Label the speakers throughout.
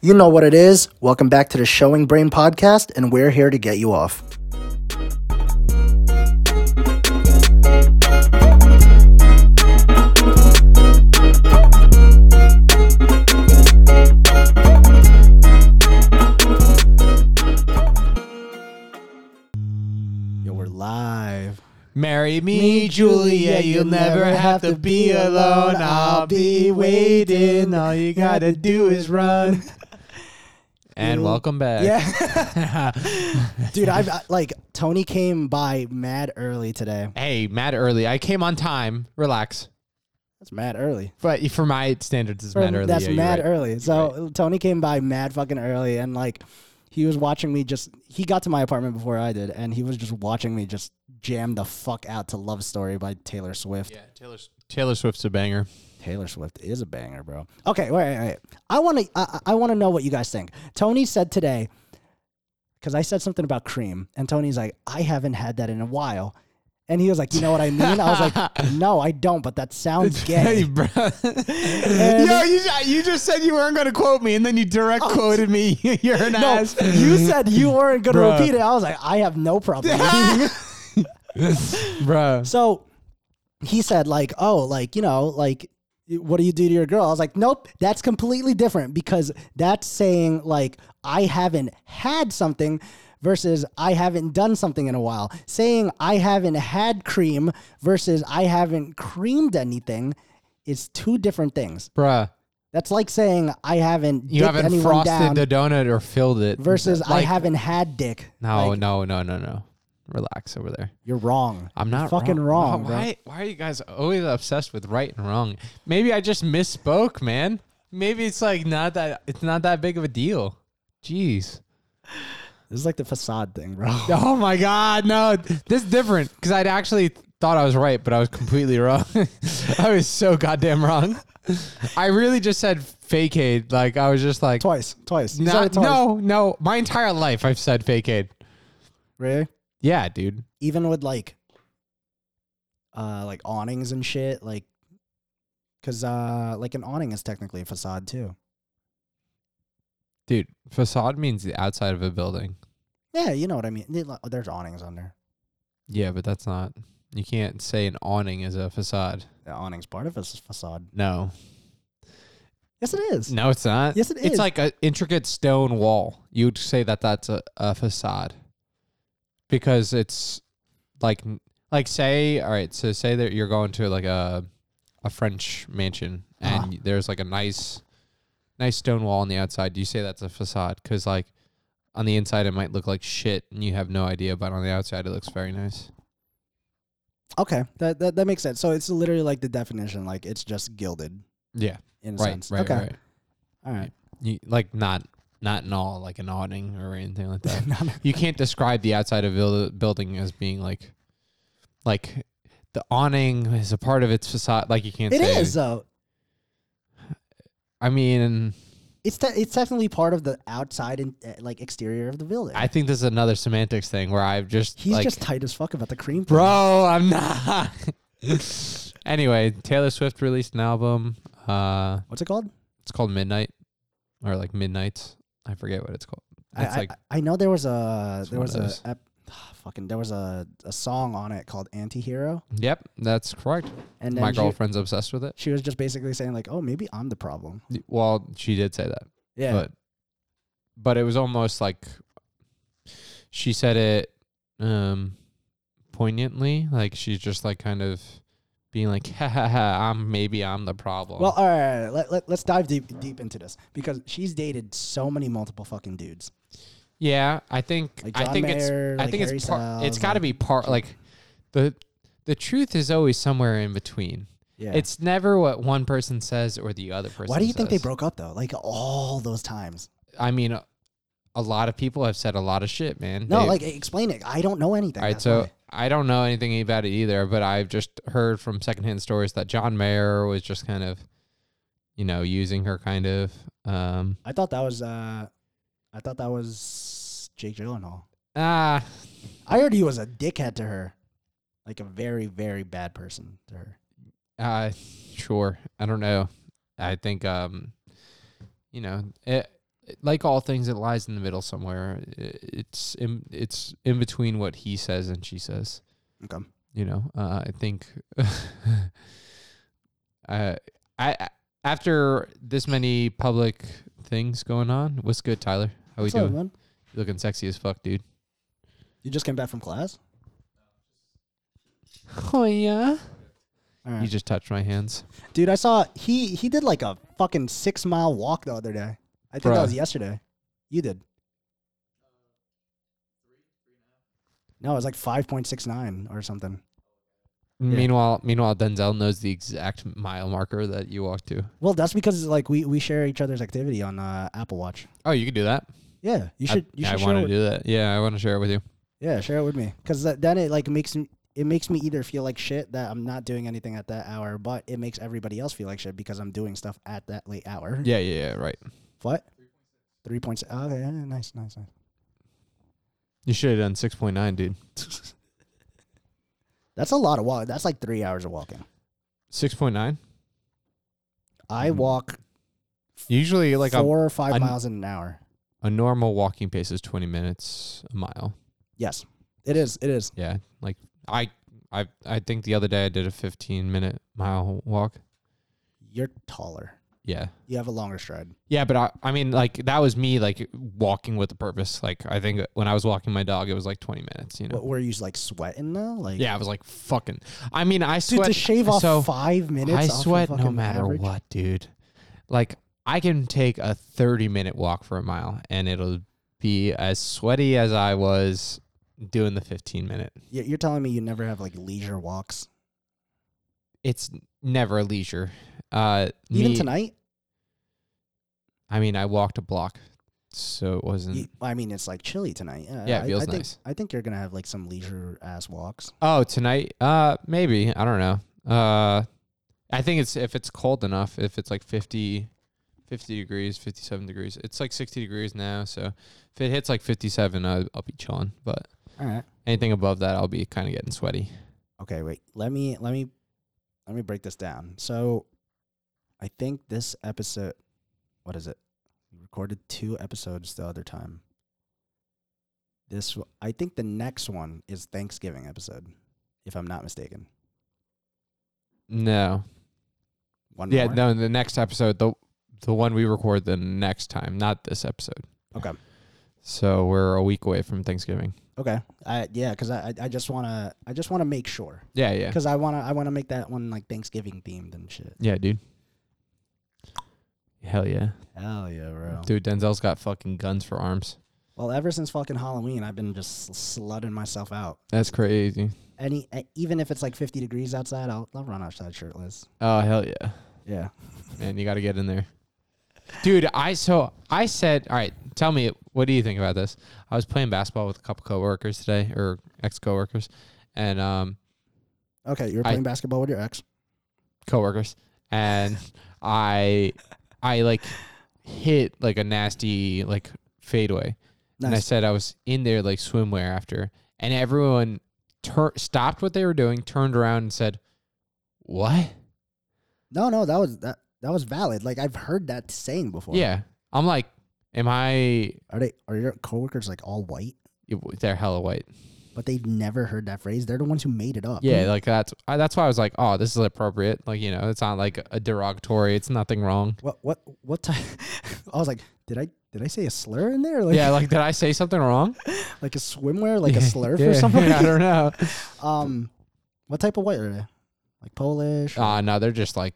Speaker 1: You know what it is. Welcome back to the Showing Brain podcast, and we're here to get you off. Yo, we're live.
Speaker 2: Marry me, Julia, you'll never have to be alone. I'll be waiting. All you gotta do is run. And welcome back.
Speaker 1: Yeah. Dude, I've I- like Tony came by mad early today.
Speaker 2: Hey, mad early. I came on time. Relax.
Speaker 1: That's mad early.
Speaker 2: But for my standards, it's mad early.
Speaker 1: That's
Speaker 2: Yeah, you're
Speaker 1: mad
Speaker 2: right.
Speaker 1: early. So Tony came by mad fucking early and like he was watching me just he got to my apartment before I did and he was just watching me just jam the fuck out to Love Story by Taylor Swift.
Speaker 2: Yeah, Taylor Taylor Swift's a banger.
Speaker 1: Taylor Swift is a banger, bro. Okay, wait, wait, wait. I want to I, I want to know what you guys think. Tony said today cuz I said something about cream and Tony's like, "I haven't had that in a while." And he was like, "You know what I mean?" I was like, "No, I don't, but that sounds
Speaker 2: Hey,
Speaker 1: gay."
Speaker 2: bro. Yo, you, ju- you just said you weren't going to quote me, and then you direct quoted me. You're an
Speaker 1: No,
Speaker 2: ass.
Speaker 1: you said you weren't going to
Speaker 2: Bruh.
Speaker 1: repeat it. I was like, I have no problem.
Speaker 2: bro.
Speaker 1: so he said, like, oh, like, you know, like, what do you do to your girl? I was like, nope, that's completely different because that's saying, like, I haven't had something versus I haven't done something in a while. Saying I haven't had cream versus I haven't creamed anything is two different things.
Speaker 2: Bruh.
Speaker 1: That's like saying I haven't
Speaker 2: You
Speaker 1: dicked
Speaker 2: haven't
Speaker 1: anyone
Speaker 2: frosted
Speaker 1: down
Speaker 2: the donut or filled it.
Speaker 1: versus I
Speaker 2: Like,
Speaker 1: haven't had dick.
Speaker 2: No,
Speaker 1: Like,
Speaker 2: no, no, no, no. Relax over there.
Speaker 1: you're wrong.
Speaker 2: I'm not
Speaker 1: fucking wrong,
Speaker 2: Wow,
Speaker 1: bro.
Speaker 2: Why, why are you guys always obsessed with right and wrong? Maybe I just misspoke, man. Maybe it's like not that it's not that big of a deal. Jeez.
Speaker 1: This is like the facade thing, bro.
Speaker 2: Oh my god, no. This is different cuz I'd actually thought I was right, but I was completely wrong. I was so goddamn wrong. I really just said fake aid. Like I was just like
Speaker 1: Twice, twice. You said
Speaker 2: "Nah,
Speaker 1: it twice.
Speaker 2: no, no. My entire life I've said fake aid.
Speaker 1: really.
Speaker 2: Yeah, dude.
Speaker 1: Even with like, uh, like awnings and shit, like, cause uh, like an awning is technically a facade too.
Speaker 2: Dude, facade means the outside of a building.
Speaker 1: Yeah, you know what I mean. They- There's awnings on there.
Speaker 2: Yeah, but that's not. You can't say an awning is a facade.
Speaker 1: The awning's part of a s- facade.
Speaker 2: No,
Speaker 1: Yes, it is.
Speaker 2: no, it's not.
Speaker 1: Yes, it
Speaker 2: It's
Speaker 1: is.
Speaker 2: like an intricate stone wall. You would say that that's a, a facade because it's like like say all right. So say that you're going to like a a French mansion and
Speaker 1: Uh-huh.
Speaker 2: y- there's like a nice nice stone wall on the outside. You say that's a facade because like on the inside it might look like shit and you have no idea, but on the outside it looks very nice.
Speaker 1: Okay, that, that that makes sense. So it's literally like the definition. Like it's just gilded
Speaker 2: Yeah.
Speaker 1: in a
Speaker 2: Right.
Speaker 1: sense.
Speaker 2: Right.
Speaker 1: okay.
Speaker 2: Right.
Speaker 1: All right.
Speaker 2: you, like not not in all like an awning or anything like that.
Speaker 1: No, no.
Speaker 2: you can't describe the outside of buil- building as being like like the awning is a part of its facade. Like you can't
Speaker 1: It
Speaker 2: say
Speaker 1: is though.
Speaker 2: I mean,
Speaker 1: It's te- it's definitely part of the outside and uh, like exterior of the building.
Speaker 2: I think this is another semantics thing where I've just
Speaker 1: He's
Speaker 2: like,
Speaker 1: just tight as fuck about the cream. thing.
Speaker 2: bro, I'm not. anyway, Taylor Swift released an album. Uh,
Speaker 1: What's it called?
Speaker 2: it's called Midnight or like Midnights. I forget what it's called.
Speaker 1: I,
Speaker 2: It's
Speaker 1: I-
Speaker 2: like
Speaker 1: I, know there was a
Speaker 2: it's
Speaker 1: there
Speaker 2: one
Speaker 1: was
Speaker 2: of
Speaker 1: a
Speaker 2: those.
Speaker 1: ep, ah, fucking there was a, a song on it called Antihero,
Speaker 2: yep, that's correct.
Speaker 1: and then
Speaker 2: My
Speaker 1: she,
Speaker 2: girlfriend's obsessed with it.
Speaker 1: she was just basically saying like, oh, maybe I'm the problem.
Speaker 2: Well, she did say that.
Speaker 1: Yeah,
Speaker 2: but but it was almost like she said it um poignantly like she's just like kind of being like ha ha ha i'm maybe i'm the problem
Speaker 1: Well, all right, let, let, us dive deep deep into this because she's dated so many multiple fucking dudes.
Speaker 2: yeah i think
Speaker 1: Like
Speaker 2: i
Speaker 1: John
Speaker 2: think it's
Speaker 1: Mayer,
Speaker 2: i
Speaker 1: like
Speaker 2: think
Speaker 1: Harry
Speaker 2: it's part
Speaker 1: Styles,
Speaker 2: it's got to
Speaker 1: like-
Speaker 2: be part like the the truth is always somewhere in between
Speaker 1: Yeah,
Speaker 2: it's never what one person says or the other person
Speaker 1: why do you think they
Speaker 2: says.
Speaker 1: broke up though? Like all those times.
Speaker 2: i mean a, a lot of people have said a lot of shit man
Speaker 1: No,
Speaker 2: They-
Speaker 1: like explain it. I don't know anything.
Speaker 2: All right,
Speaker 1: that's
Speaker 2: so
Speaker 1: why.
Speaker 2: I don't know anything about it either, but I've just heard from secondhand stories that John Mayer was just kind of, you know, using her kind of. Um,
Speaker 1: I thought that was uh, I thought that was Jake Gyllenhaal.
Speaker 2: ah,
Speaker 1: I heard he was a dickhead to her, like a very very bad person to her.
Speaker 2: uh, sure. I don't know. I think, um, you know, it, like all things, it lies in the middle somewhere. I- It's in, it's in between what he says and she says.
Speaker 1: Okay.
Speaker 2: You know, uh, I think. uh, I I- after this many public things going on, what's good, Tyler? How we
Speaker 1: What's up,
Speaker 2: doing?
Speaker 1: man?
Speaker 2: You looking sexy as fuck, dude.
Speaker 1: You just came back from class.
Speaker 2: Oh yeah.
Speaker 1: All
Speaker 2: You
Speaker 1: right.
Speaker 2: just touched my hands.
Speaker 1: Dude, I saw he he did like a fucking six mile walk the other day. I think that
Speaker 2: Bruh.
Speaker 1: was yesterday. You did. No, it was like five point six nine or something.
Speaker 2: Meanwhile, meanwhile, Denzel knows the exact mile marker that you walked to.
Speaker 1: Well, that's because like we, we share each other's activity on uh, Apple Watch.
Speaker 2: Oh, you could do that.
Speaker 1: Yeah, you should.
Speaker 2: I,
Speaker 1: you should share
Speaker 2: want
Speaker 1: it
Speaker 2: to
Speaker 1: with-
Speaker 2: do that. Yeah, I want to share it with you.
Speaker 1: Yeah, share it with me because then it like makes me. It makes me either feel like shit that I'm not doing anything at that hour, but it makes everybody else feel like shit because I'm doing stuff at that late hour.
Speaker 2: Yeah, yeah, yeah. Right.
Speaker 1: What? Three points. Oh, okay, yeah, nice, nice, nice.
Speaker 2: You should have done six point nine, dude.
Speaker 1: That's a lot of walk. That's like three hours of walking.
Speaker 2: Six point nine.
Speaker 1: I
Speaker 2: Mhm.
Speaker 1: walk
Speaker 2: Usually, like a,
Speaker 1: four or five
Speaker 2: I'm-
Speaker 1: miles in an hour.
Speaker 2: a normal walking pace is twenty minutes a mile.
Speaker 1: Yes, it is. It is.
Speaker 2: Yeah, like I, I, I think the other day I did a fifteen minute mile walk.
Speaker 1: You're taller.
Speaker 2: Yeah,
Speaker 1: You have a longer stride.
Speaker 2: yeah, but I, I mean, like that was me, like walking with a purpose. Like I think when I was walking my dog, it was like twenty minutes. You know.
Speaker 1: What were you like sweating though? Like
Speaker 2: Yeah, I was like fucking. I mean, I
Speaker 1: Dude,
Speaker 2: sweat.
Speaker 1: to shave off
Speaker 2: so
Speaker 1: five minutes.
Speaker 2: I
Speaker 1: off your
Speaker 2: sweat no
Speaker 1: fucking
Speaker 2: matter
Speaker 1: average?
Speaker 2: what, dude. Like I can take a thirty-minute walk for a mile, and it'll be as sweaty as I was doing the fifteen-minute.
Speaker 1: You- You're telling me you never have like leisure walks.
Speaker 2: It's never leisure. Uh,
Speaker 1: Even
Speaker 2: me-
Speaker 1: tonight,
Speaker 2: I mean, I walked a block, so it wasn't.
Speaker 1: You- I mean, it's like chilly tonight. Uh,
Speaker 2: Yeah, it
Speaker 1: I-
Speaker 2: feels
Speaker 1: I think,
Speaker 2: nice.
Speaker 1: I think you're gonna have like some leisure ass walks.
Speaker 2: oh, tonight? Uh, maybe I don't know. Uh, I think it's if it's cold enough. If it's like 50, 50 degrees, fifty-seven degrees. It's like sixty degrees now, so if it hits like fifty-seven, I'll, I'll be chilling. But
Speaker 1: All right.
Speaker 2: anything above that, I'll be kind of getting sweaty.
Speaker 1: Okay, wait. Let me let me let me break this down. So, I think this episode, what is it? We recorded two episodes the other time. This w- I think the next one is Thanksgiving episode, if I'm not mistaken.
Speaker 2: No,
Speaker 1: One
Speaker 2: yeah,
Speaker 1: more?
Speaker 2: no. The next episode, the the one we record the next time, not this episode.
Speaker 1: Okay.
Speaker 2: So we're a week away from Thanksgiving.
Speaker 1: Okay. I yeah, because I I- I just wanna I just wanna make sure
Speaker 2: Yeah, yeah,
Speaker 1: because I wanna I wanna make that one like Thanksgiving themed and shit.
Speaker 2: yeah, dude. Hell yeah.
Speaker 1: Hell yeah, bro.
Speaker 2: Dude, Denzel's got fucking guns for arms.
Speaker 1: Well, ever since fucking Halloween, I've been just slutting myself out.
Speaker 2: That's crazy.
Speaker 1: Any e- even if it's like 50 degrees outside, I'll, I'll run outside shirtless.
Speaker 2: Oh hell yeah,
Speaker 1: Yeah.
Speaker 2: man! You got to get in there, dude. I so I said, all right. Tell me, what do you think about this? I was playing basketball with a couple coworkers today, or ex coworkers, and um,
Speaker 1: Okay, you're
Speaker 2: I-
Speaker 1: playing basketball with your ex.
Speaker 2: coworkers, and I, I like hit like a nasty like fadeaway, and I
Speaker 1: Nice.
Speaker 2: said I was in there like swimwear after, and everyone tur- stopped what they were doing, turned around, and said, "What?"
Speaker 1: No, no, that was that that was valid. Like I've heard that saying before.
Speaker 2: Yeah, I'm like, am I?
Speaker 1: Are they are your coworkers like all white?
Speaker 2: They're hella white.
Speaker 1: But they've never heard that phrase. They're the ones who made it up.
Speaker 2: Yeah, like that's I, that's why I was like, oh, this is appropriate. Like you know, it's not like a derogatory. It's nothing wrong.
Speaker 1: What what what type? I was like, did I did I say a slur in there? Like
Speaker 2: Yeah, like did I say something wrong?
Speaker 1: like a swimwear, like a
Speaker 2: Yeah,
Speaker 1: slurf
Speaker 2: yeah,
Speaker 1: or something.
Speaker 2: I don't know.
Speaker 1: Um, what type of white are they? Like Polish? or-
Speaker 2: Uh, no, they're just like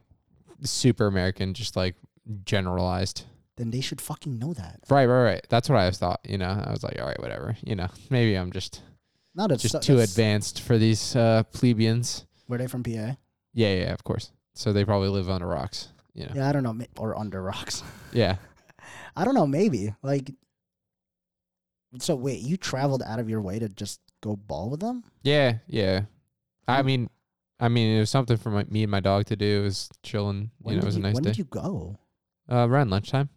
Speaker 2: super American, just like generalized.
Speaker 1: then they should fucking know that.
Speaker 2: Right, right, right. That's what I was thought. You know, I was like, all right, whatever. You know, maybe I'm just
Speaker 1: Not a
Speaker 2: just
Speaker 1: so-
Speaker 2: too
Speaker 1: that's-
Speaker 2: advanced for these uh, plebeians.
Speaker 1: Were they from PA? Yeah.
Speaker 2: Yeah, yeah, of course. So they probably live under rocks. You know.
Speaker 1: I don't know, ma- or under rocks.
Speaker 2: Yeah.
Speaker 1: I don't know, maybe like. So wait, you traveled out of your way to just go ball with them?
Speaker 2: Yeah, yeah. I
Speaker 1: Mm.
Speaker 2: mean, I mean, it was something for my, me and my dog to do. It was chilling.
Speaker 1: When
Speaker 2: you know,
Speaker 1: did
Speaker 2: it was
Speaker 1: you,
Speaker 2: a nice
Speaker 1: when
Speaker 2: day.
Speaker 1: did you go?
Speaker 2: uh, around lunchtime.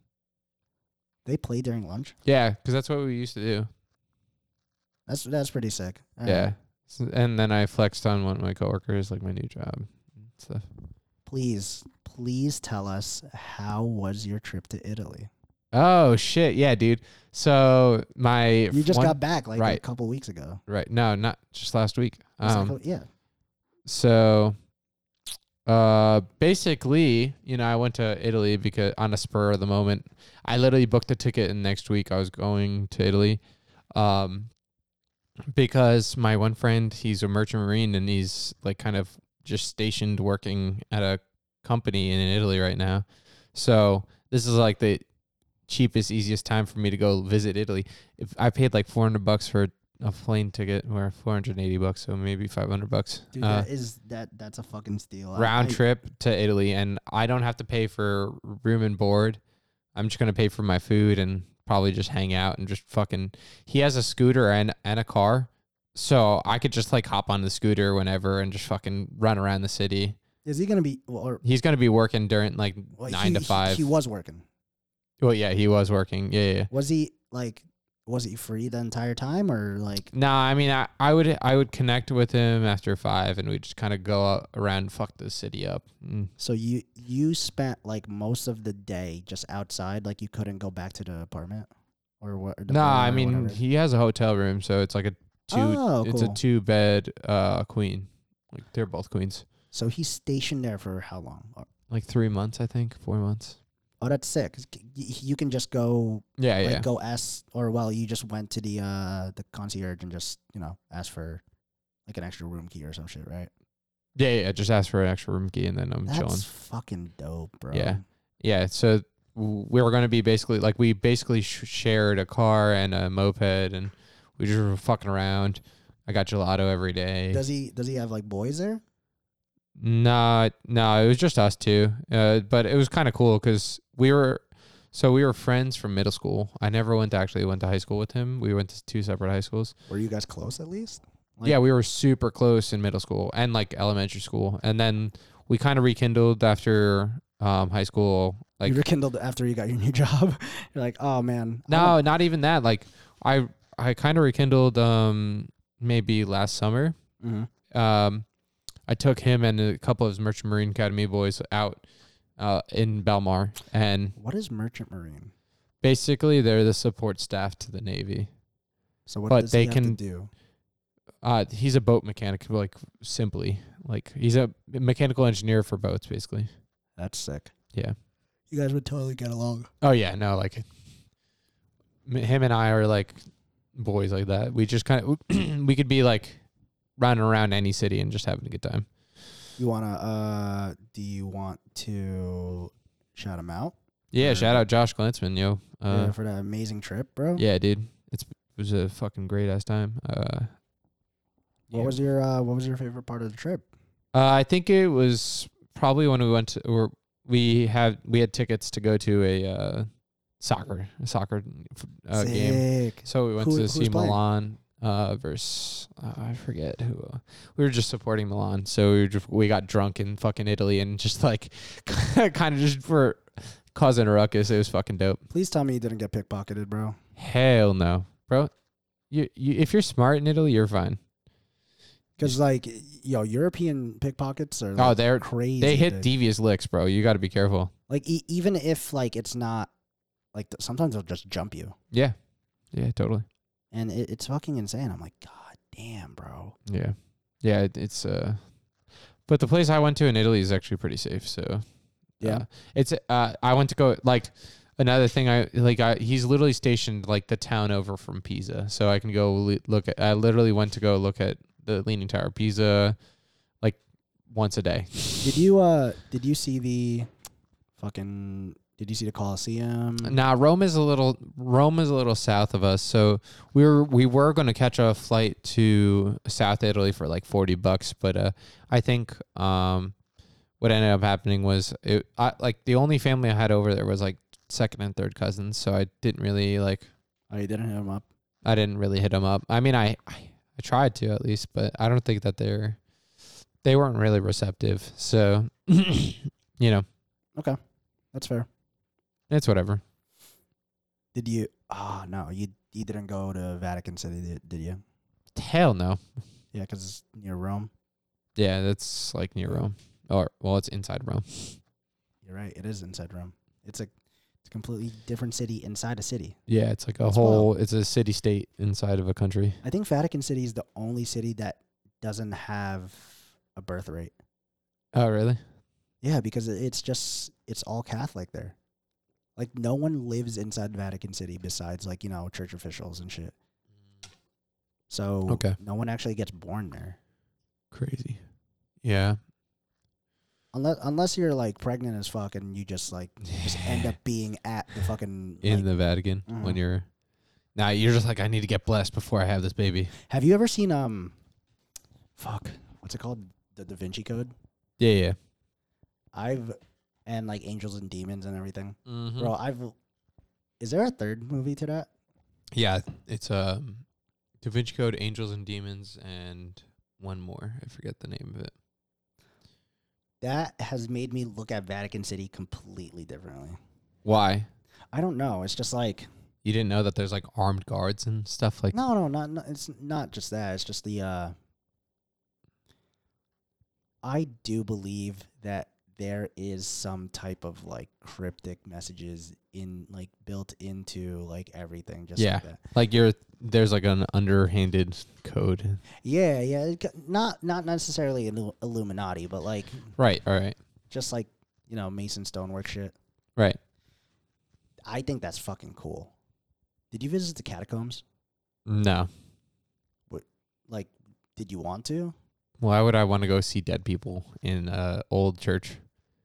Speaker 1: They play during lunch.
Speaker 2: Yeah, because that's what we used to do.
Speaker 1: That's that's pretty sick. All right.
Speaker 2: Yeah. S and then I flexed on one of my coworkers, like my new job and stuff.
Speaker 1: Please, please tell us how was your trip to Italy?
Speaker 2: Oh shit, yeah, dude. So my
Speaker 1: You just
Speaker 2: one-
Speaker 1: got back like a
Speaker 2: right.
Speaker 1: couple weeks ago.
Speaker 2: right. No, not just last week.
Speaker 1: It's like,
Speaker 2: Um,
Speaker 1: oh, yeah.
Speaker 2: so uh basically you know i went to italy because on a spur of the moment i literally booked a ticket and next week i was going to italy um because my one friend he's a merchant marine and he's like kind of just stationed working at a company in italy right now so this is like the cheapest easiest time for me to go visit italy if i paid like 400 bucks for a plane ticket or 480 bucks so maybe 500 bucks
Speaker 1: Dude,
Speaker 2: Uh,
Speaker 1: that is that that's a fucking steal. I-
Speaker 2: round
Speaker 1: I-
Speaker 2: trip to Italy, and I don't have to pay for room and board. I'm just gonna pay for my food and probably just hang out and just fucking. He has a scooter and and a car, so I could just like hop on the scooter whenever and just fucking run around the city.
Speaker 1: Is he gonna be well, or
Speaker 2: He's gonna be working during like
Speaker 1: well,
Speaker 2: nine
Speaker 1: he-
Speaker 2: to
Speaker 1: he-
Speaker 2: five.
Speaker 1: He, was working.
Speaker 2: well, yeah, he was working. Yeah, yeah. yeah.
Speaker 1: Was he like was he free the entire time or like
Speaker 2: No, I mean, I, I would I would connect with him after five, and we just kind of go out around, and fuck the city up. Mm.
Speaker 1: so you you spent like most of the day just outside like you couldn't go back to the apartment or what? or the
Speaker 2: No,
Speaker 1: bar
Speaker 2: I
Speaker 1: or
Speaker 2: mean
Speaker 1: whatever?
Speaker 2: he has a hotel room, so it's like a two.
Speaker 1: Oh,
Speaker 2: It's a
Speaker 1: cool.
Speaker 2: two bed uh queen. Like they're both queens.
Speaker 1: so he's stationed there for how long? Oh,
Speaker 2: Like three months, I think, four months.
Speaker 1: Oh, that's sick. Y- You can just go
Speaker 2: Yeah,
Speaker 1: like
Speaker 2: yeah.
Speaker 1: go ask or well you just went to the uh the concierge and just you know asked for like an extra room key or some shit right
Speaker 2: yeah, yeah. Just ask for an extra room key, and then I'm
Speaker 1: that's
Speaker 2: chilling.
Speaker 1: fucking dope bro
Speaker 2: Yeah. Yeah. So w- we were going to be basically like we basically sh- shared a car and a moped, and we just were fucking around. I got gelato every day.
Speaker 1: does he does he have like boys there
Speaker 2: No, no, it was just us two. Uh, but it was kind of cool because we were, so we were friends from middle school. I never went to actually went to high school with him. We went to two separate high schools.
Speaker 1: were you guys close at least Like-
Speaker 2: yeah, we were super close in middle school and like elementary school, and then we kind of rekindled after um, high school. Like
Speaker 1: you rekindled after you got your new job you're like oh man I
Speaker 2: no, not even that. Like I, I kind of rekindled um, maybe last summer.
Speaker 1: don't- Mhm.
Speaker 2: um, I took him and a couple of his Merchant Marine Academy boys out uh, in Belmar, and
Speaker 1: what is merchant marine
Speaker 2: basically they're the support staff to the Navy.
Speaker 1: so what
Speaker 2: But
Speaker 1: does
Speaker 2: they
Speaker 1: he have to
Speaker 2: can-
Speaker 1: do
Speaker 2: Uh, he's a boat mechanic, like simply, like he's a mechanical engineer for boats, basically.
Speaker 1: that's sick
Speaker 2: Yeah.
Speaker 1: you guys would totally get along
Speaker 2: Oh yeah, no, like m- him and I are like boys like that. We just kind of we could be like running around any city and just having a good time.
Speaker 1: you wanna uh do you want to shout him out
Speaker 2: Yeah,
Speaker 1: Sure.
Speaker 2: shout out Josh Glantzman, yo. Uh,
Speaker 1: uh, for that amazing trip bro
Speaker 2: Yeah, dude. It's it was a fucking great ass time. Uh,
Speaker 1: what
Speaker 2: yeah.
Speaker 1: was your uh what was your favorite part of the trip
Speaker 2: Uh, I think it was probably when we went to or we had we had tickets to go to a uh, soccer a soccer uh, game.
Speaker 1: Sick.
Speaker 2: So we went
Speaker 1: Who-
Speaker 2: to
Speaker 1: who's
Speaker 2: see
Speaker 1: playing?
Speaker 2: Milan uh, versus uh, I forget who. Uh, we were just supporting Milan, so we were just, we got drunk in fucking Italy and just like kind of just for causing a ruckus. It was fucking dope.
Speaker 1: Please tell me you didn't get pickpocketed, bro.
Speaker 2: Hell no, bro. You, you if you're smart in Italy, you're fine.
Speaker 1: Because like, yo, European pickpockets are like,
Speaker 2: Oh, they're
Speaker 1: crazy.
Speaker 2: They hit
Speaker 1: dude.
Speaker 2: devious licks, bro. You got to be careful.
Speaker 1: Like e- even if like it's not like th- sometimes they'll just jump you,
Speaker 2: Yeah. Yeah, totally.
Speaker 1: and it, it's fucking insane. I'm like, god damn, bro.
Speaker 2: Yeah. Yeah, it, it's uh but the place I went to in Italy is actually pretty safe, so
Speaker 1: Yeah.
Speaker 2: uh, it's uh I went to go like another thing I like I he's literally stationed like the town over from Pisa, so I can go li- look at I literally went to go look at the Leaning Tower of Pisa like once a day.
Speaker 1: Did you uh did you see the fucking did you see the Colosseum?
Speaker 2: Now Rome is a little Rome is a little south of us, so we were we were going to catch a flight to South Italy for like forty bucks, but uh, I think um, what ended up happening was it I, like the only family I had over there was like second and third cousins, so I didn't really like
Speaker 1: Oh, you didn't hit him up.
Speaker 2: I didn't really hit them up. I mean, I I, I tried to at least, but I don't think that they're they weren't really receptive. So you know,
Speaker 1: That's fair.
Speaker 2: it's whatever.
Speaker 1: Did you? Ah, no, you you didn't go to Vatican City, did, did you?
Speaker 2: Hell no.
Speaker 1: Yeah, because it's near Rome.
Speaker 2: Yeah, that's like near Rome. Or well, it's inside Rome.
Speaker 1: You're right. It is inside Rome. It's a It's a completely different city inside a city.
Speaker 2: Yeah, it's like a
Speaker 1: It's
Speaker 2: whole.
Speaker 1: wild.
Speaker 2: It's a city state inside of a country.
Speaker 1: I think Vatican City is the only city that doesn't have a birth rate.
Speaker 2: Oh, really?
Speaker 1: Yeah, because it- it's just it's all Catholic there. Like no one lives inside Vatican City besides like, you know, church officials and shit. So
Speaker 2: Okay.
Speaker 1: no one actually gets born there.
Speaker 2: Crazy. Yeah.
Speaker 1: Unless unless you're like pregnant as fuck and you just like just end up being at the fucking
Speaker 2: in
Speaker 1: like-
Speaker 2: the Vatican when
Speaker 1: Mhm.
Speaker 2: you're. Now nah, you're just like I need to get blessed before I have this baby.
Speaker 1: Have you ever seen um fuck, what's it called? The Da Vinci Code?
Speaker 2: Yeah, yeah.
Speaker 1: I've and like Angels and Demons and everything.
Speaker 2: Mm-hmm.
Speaker 1: Bro, I've is there a third movie to that?
Speaker 2: Yeah, it's um, Da Vinci Code, Angels and Demons, and one more. I forget the name of it.
Speaker 1: That has made me look at Vatican City completely differently.
Speaker 2: Why?
Speaker 1: I don't know. It's just like
Speaker 2: You didn't know that there's like armed guards and stuff like.
Speaker 1: no, no, not, not it's not just that. It's just the uh I do believe that there is some type of like cryptic messages in like built into like everything just
Speaker 2: Yeah.
Speaker 1: like that.
Speaker 2: Like you're there's like an underhanded code.
Speaker 1: Yeah, yeah, it c- not not necessarily Illu- Illuminati, but like
Speaker 2: Right. All right.
Speaker 1: just like, you know, Mason stonework shit.
Speaker 2: Right.
Speaker 1: I think that's fucking cool. Did you visit the catacombs?
Speaker 2: No.
Speaker 1: Like did you want to?
Speaker 2: Why would I want to go see dead people in a old church?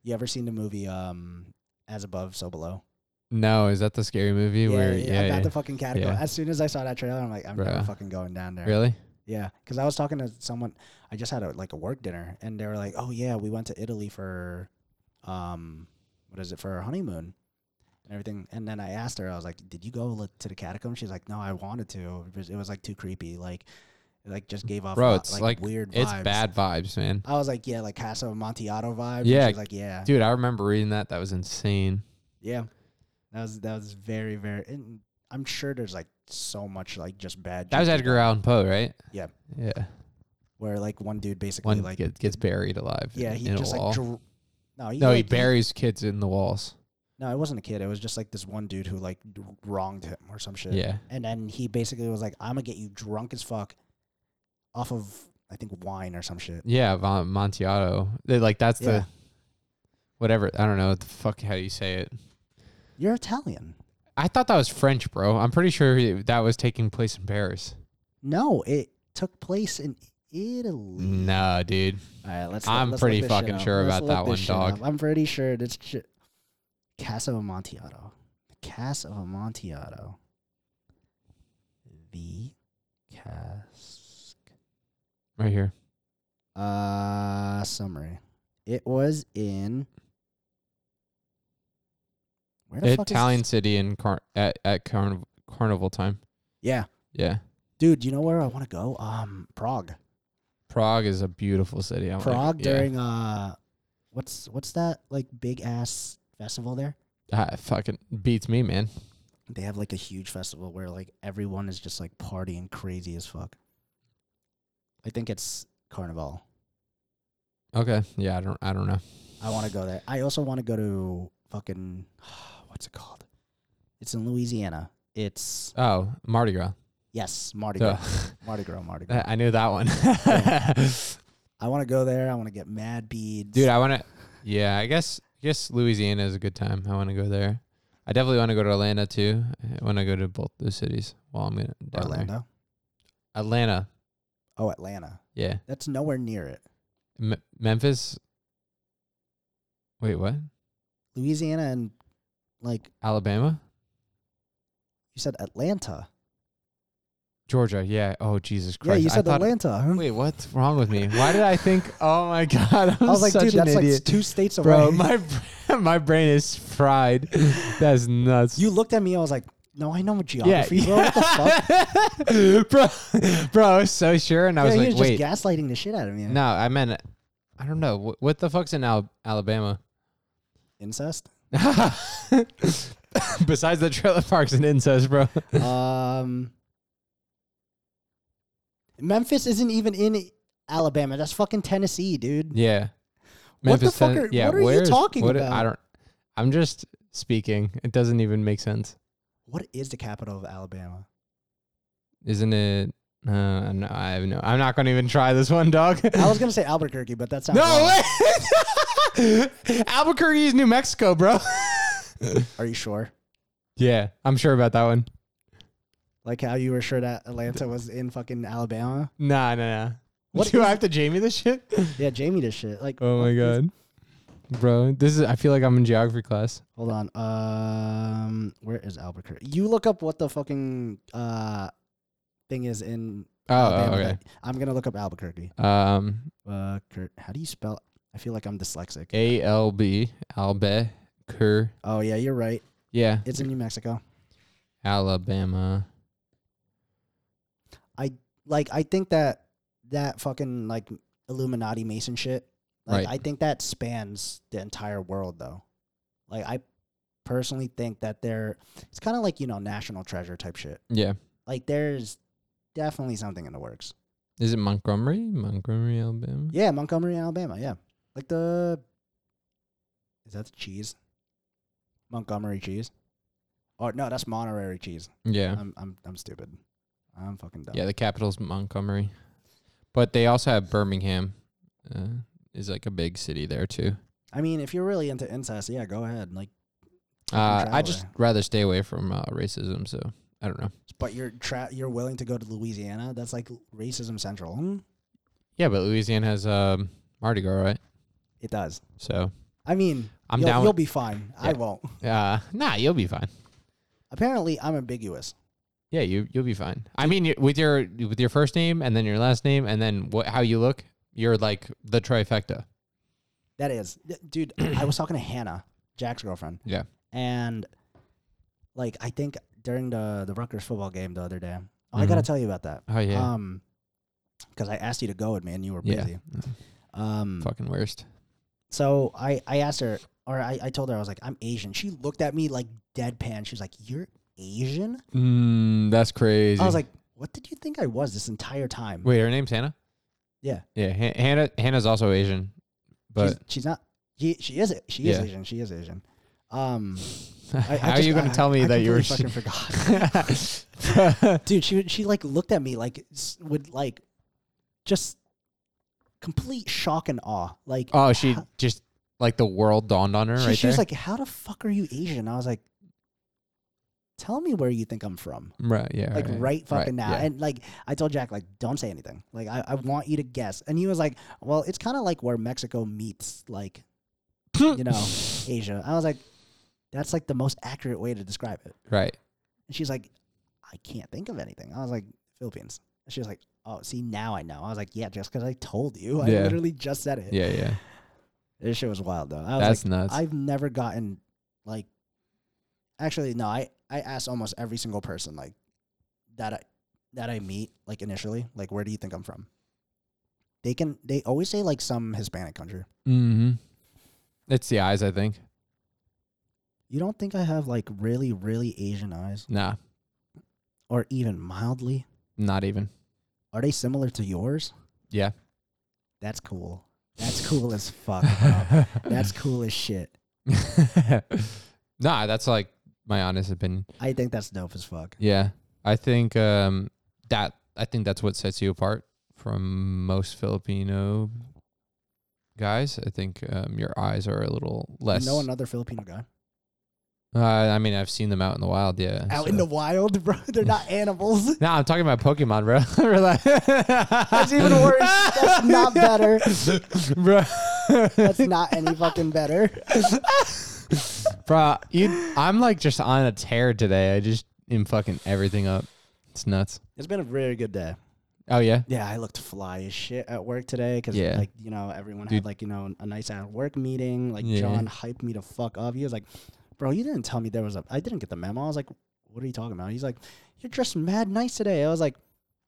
Speaker 1: You ever seen the movie um As Above, So Below?
Speaker 2: No, is that the scary movie where yeah,
Speaker 1: I got
Speaker 2: yeah.
Speaker 1: the fucking catacomb.
Speaker 2: Yeah.
Speaker 1: As soon as I saw that trailer, I'm like, I'm never
Speaker 2: Bruh.
Speaker 1: fucking going down there.
Speaker 2: really?
Speaker 1: Yeah, because I was talking to someone. I just had a, like a work dinner, and they were like, "Oh yeah, we went to Italy for, um, what is it for our honeymoon, and everything." And then I asked her, I was like, "Did you go like, to the catacomb?" She's like, "No, I wanted to. It was, it was like too creepy. Like, it, like just gave off
Speaker 2: Bro,
Speaker 1: vi-
Speaker 2: it's like-
Speaker 1: weird.
Speaker 2: It's
Speaker 1: vibes.
Speaker 2: bad vibes, man.
Speaker 1: I was like, "Yeah, like Casa Amontillado vibes."
Speaker 2: Yeah,
Speaker 1: she's like, "Yeah,
Speaker 2: Dude, I remember reading that. That was insane.
Speaker 1: Yeah, that was that was very very. And I'm sure there's like so much like just bad.
Speaker 2: That was
Speaker 1: juju
Speaker 2: Edgar Allan Poe, right?
Speaker 1: Yeah.
Speaker 2: Yeah.
Speaker 1: where like one dude basically
Speaker 2: One
Speaker 1: like
Speaker 2: get, gets buried alive.
Speaker 1: yeah
Speaker 2: in,
Speaker 1: he
Speaker 2: in
Speaker 1: just
Speaker 2: a
Speaker 1: like
Speaker 2: wall.
Speaker 1: dr- no he
Speaker 2: no, he
Speaker 1: like,
Speaker 2: buries kids in the walls.
Speaker 1: no it wasn't a kid it was just like this one dude who like d- wronged him or some shit.
Speaker 2: Yeah.
Speaker 1: and then he basically was like I'm gonna get you drunk as fuck off of I think wine or some shit.
Speaker 2: Yeah, Von Montiato. They, like that's
Speaker 1: Yeah.
Speaker 2: the whatever. I don't know what the fuck how do you say it.
Speaker 1: You're Italian.
Speaker 2: I thought that was French, bro. I'm pretty sure it- that was taking place in Paris.
Speaker 1: No, it took place in Italy.
Speaker 2: Nah, dude.
Speaker 1: All right, let's.
Speaker 2: I'm
Speaker 1: let's look
Speaker 2: pretty
Speaker 1: this shit
Speaker 2: fucking
Speaker 1: up.
Speaker 2: sure
Speaker 1: Let's
Speaker 2: about
Speaker 1: look
Speaker 2: that
Speaker 1: this
Speaker 2: one,
Speaker 1: shit
Speaker 2: dog.
Speaker 1: up. I'm pretty sure it's ch- Casa Amontillado. Casa Amontillado. The cask.
Speaker 2: Right here.
Speaker 1: Uh, summary. It was in. Where the fuck
Speaker 2: Italian
Speaker 1: Is
Speaker 2: city in car- at at carnival carnival time.
Speaker 1: yeah,
Speaker 2: Yeah.
Speaker 1: dude. You know where I want to go? Um, Prague.
Speaker 2: Prague is a beautiful city. I wanna-
Speaker 1: Prague
Speaker 2: yeah.
Speaker 1: during uh, what's what's that like big ass festival there?
Speaker 2: Ah, fucking beats me, man.
Speaker 1: they have like a huge festival where like everyone is just like partying crazy as fuck. I think it's Carnival.
Speaker 2: Okay. Yeah, I don't I don't know.
Speaker 1: I want to go there. I also want to go to fucking what's it called? It's in Louisiana. It's
Speaker 2: Oh, Mardi Gras.
Speaker 1: yes, Mardi
Speaker 2: Duh.
Speaker 1: Gras, Mardi Gras, Mardi Gras.
Speaker 2: I knew that one.
Speaker 1: I want to go there. I want to get mad beads,
Speaker 2: Dude, I want to Yeah, I guess I guess Louisiana is a good time. I want to go there. I definitely want to go to Atlanta too. I want to go to both those cities. Well, I'm going to
Speaker 1: Orlando.
Speaker 2: Atlanta.
Speaker 1: Oh, Atlanta.
Speaker 2: Yeah.
Speaker 1: That's nowhere near it.
Speaker 2: M- Memphis. Wait, what?
Speaker 1: Louisiana and like
Speaker 2: Alabama?
Speaker 1: you said Atlanta.
Speaker 2: Georgia. Yeah. Oh, Jesus
Speaker 1: Yeah,
Speaker 2: Christ.
Speaker 1: you
Speaker 2: I
Speaker 1: said
Speaker 2: thought-
Speaker 1: Atlanta.
Speaker 2: Wait, what's wrong with me? Why did I think? Oh my God, I'm
Speaker 1: I was like,
Speaker 2: such
Speaker 1: dude, that's
Speaker 2: an
Speaker 1: like
Speaker 2: idiot,
Speaker 1: two states away.
Speaker 2: bro. My br- my brain is fried. That's nuts.
Speaker 1: You looked at me. I was like, no, I know
Speaker 2: yeah,
Speaker 1: geography, bro. What the fuck?
Speaker 2: bro, bro, I was so sure, and I was
Speaker 1: yeah,
Speaker 2: like,
Speaker 1: you're
Speaker 2: wait,
Speaker 1: just gaslighting the shit out of me.
Speaker 2: no, I meant, I don't know, what, what the fuck's in Al- Alabama?
Speaker 1: Incest.
Speaker 2: Besides the trailer parks and incest, bro.
Speaker 1: um, Memphis isn't even in Alabama. That's fucking Tennessee, dude.
Speaker 2: Yeah.
Speaker 1: What the
Speaker 2: Memphis,
Speaker 1: fuck
Speaker 2: Ten-
Speaker 1: are-
Speaker 2: yeah,
Speaker 1: what are you
Speaker 2: where's-
Speaker 1: talking
Speaker 2: what- I
Speaker 1: about?
Speaker 2: don't. I'm just speaking. It doesn't even make sense.
Speaker 1: What is the capital of Alabama?
Speaker 2: Isn't it? Uh, no, I have no. I'm not going to even try this one, dog.
Speaker 1: I was gonna say Albuquerque, but that's not
Speaker 2: no way. Albuquerque is New Mexico, bro.
Speaker 1: Are you sure?
Speaker 2: yeah, I'm sure about that one.
Speaker 1: Like how you were sure that Atlanta was in fucking Alabama?
Speaker 2: Nah, nah, nah.
Speaker 1: What
Speaker 2: What do
Speaker 1: is-
Speaker 2: I have to Jamie this shit?
Speaker 1: Yeah, Jamie does shit. Like
Speaker 2: Oh my god, bro. This is. I feel like I'm in geography class.
Speaker 1: Hold on. Um, where is Albuquerque? You look up what the fucking uh thing is in.
Speaker 2: Oh,
Speaker 1: Alabama
Speaker 2: oh okay.
Speaker 1: that- I'm gonna look up Albuquerque.
Speaker 2: Um,
Speaker 1: Uh, Kurt, how do you spell? I feel like I'm dyslexic.
Speaker 2: A L B Albe Cur.
Speaker 1: Oh yeah, you're right.
Speaker 2: Yeah,
Speaker 1: It's in New Mexico.
Speaker 2: Alabama.
Speaker 1: Like I think that that fucking like Illuminati Mason shit. Like
Speaker 2: Right.
Speaker 1: I think that spans the entire world though. Like I personally think that they're it's kind of like you know national treasure type shit.
Speaker 2: Yeah.
Speaker 1: Like there's definitely something in the works.
Speaker 2: Is it Montgomery? Montgomery, Alabama.
Speaker 1: Yeah, Montgomery, Alabama. Yeah, like the is that the cheese? Montgomery cheese? Or no, that's Monterey cheese.
Speaker 2: Yeah.
Speaker 1: I'm I'm I'm stupid. I'm fucking dumb.
Speaker 2: Yeah, the capital's Montgomery, but they also have Birmingham. Uh, is like a big city there too.
Speaker 1: I mean, if you're really into incest, yeah, go ahead. Like,
Speaker 2: Uh,
Speaker 1: travel
Speaker 2: I just
Speaker 1: there.
Speaker 2: rather stay away from uh, racism, so I don't know.
Speaker 1: but you're tra- you're willing to go to Louisiana. That's like racism central. Hmm?
Speaker 2: Yeah, but Louisiana has um, Mardi Gras, right?
Speaker 1: It does.
Speaker 2: So
Speaker 1: I mean,
Speaker 2: I'm
Speaker 1: you'll,
Speaker 2: down.
Speaker 1: you'll be fine. I
Speaker 2: Yeah.
Speaker 1: won't.
Speaker 2: with, uh, nah, you'll be fine.
Speaker 1: Apparently, I'm ambiguous.
Speaker 2: Yeah, you you'll be fine. I mean, you- with your with your first name and then your last name and then what how you look, you're like the trifecta.
Speaker 1: That is, Th- dude. I was talking to Hannah, Jack's girlfriend.
Speaker 2: Yeah.
Speaker 1: and like I think during the the Rutgers football game the other day, oh, I gotta
Speaker 2: Mhm.
Speaker 1: tell you about that.
Speaker 2: Oh yeah,
Speaker 1: Um, because I asked you to go with me and you were
Speaker 2: Yeah.
Speaker 1: busy. Um,
Speaker 2: fucking worst.
Speaker 1: so I I asked her or I I told her I was like I'm Asian. She looked at me like deadpan. She was like, "You're Asian."
Speaker 2: Mm, that's crazy.
Speaker 1: I was like, "What did you think I was this entire time?"
Speaker 2: wait, her name's Hannah.
Speaker 1: Yeah.
Speaker 2: Yeah, Han- Hannah Hannah's also Asian,
Speaker 1: she's,
Speaker 2: but
Speaker 1: she's not. She she is she is
Speaker 2: Yeah.
Speaker 1: Asian. She is Asian. Um, I, I
Speaker 2: how are
Speaker 1: just-
Speaker 2: you going
Speaker 1: I-
Speaker 2: to tell me
Speaker 1: I
Speaker 2: that you were?
Speaker 1: completely fucking forgot. dude she she like looked at me like s- with like just complete shock and awe like
Speaker 2: oh, she
Speaker 1: ho-
Speaker 2: just like the world dawned on her
Speaker 1: she,
Speaker 2: right
Speaker 1: she
Speaker 2: there.
Speaker 1: was like how the fuck are you asian i was like tell me where you think i'm from
Speaker 2: right, yeah,
Speaker 1: like right, fucking now
Speaker 2: yeah.
Speaker 1: and like i told jack like don't say anything like i, I want you to guess and he was like well it's kind of like where mexico meets like you know asia i was like that's like the most accurate way to describe it
Speaker 2: right.
Speaker 1: And she's like, I can't think of anything. I was like, Philippines. And she was like, Oh, see, now I know. I was like, Yeah, just because I told you. I
Speaker 2: Yeah.
Speaker 1: literally just said it.
Speaker 2: Yeah, yeah.
Speaker 1: This shit was wild, though. I was
Speaker 2: That's
Speaker 1: like,
Speaker 2: nuts.
Speaker 1: I've never gotten, like, actually, no, I, I asked almost every single person, like, that I, that I meet, like, initially, like, where do you think I'm from? They can, they always say, like, some Hispanic country.
Speaker 2: mm-hmm. It's the eyes, I think.
Speaker 1: You don't think I have, like, really, really Asian eyes
Speaker 2: Nah,
Speaker 1: or even mildly?
Speaker 2: not even.
Speaker 1: Are they similar to yours?
Speaker 2: Yeah.
Speaker 1: That's cool. That's cool as fuck. Bro. That's cool as shit.
Speaker 2: nah, that's like my honest opinion.
Speaker 1: I think that's dope as fuck.
Speaker 2: Yeah, I think um that I think that's what sets you apart from most Filipino guys. I think um, your eyes are a little less.
Speaker 1: You know another Filipino guy
Speaker 2: Uh, I mean, I've seen them out in the wild. Yeah,
Speaker 1: out
Speaker 2: so-
Speaker 1: in the wild, bro. They're not animals.
Speaker 2: No, I'm talking about Pokemon, bro. That's
Speaker 1: That's even worse. That's not better.
Speaker 2: bro.
Speaker 1: That's not any fucking better.
Speaker 2: bro, you. I'm like just on a tear today. I just am fucking everything up. It's nuts.
Speaker 1: It's been a really good day.
Speaker 2: Oh yeah,
Speaker 1: Yeah, I looked fly as shit at work today because,
Speaker 2: Yeah.
Speaker 1: like, you know, everyone had
Speaker 2: Dude.
Speaker 1: like, you know, a nice at work meeting. Like,
Speaker 2: Yeah.
Speaker 1: John hyped me to fuck up. He was like, "Bro, you didn't tell me there was a." I didn't get the memo. I was like, "What are you talking about?" He's like, "You're dressed mad nice today." I was like,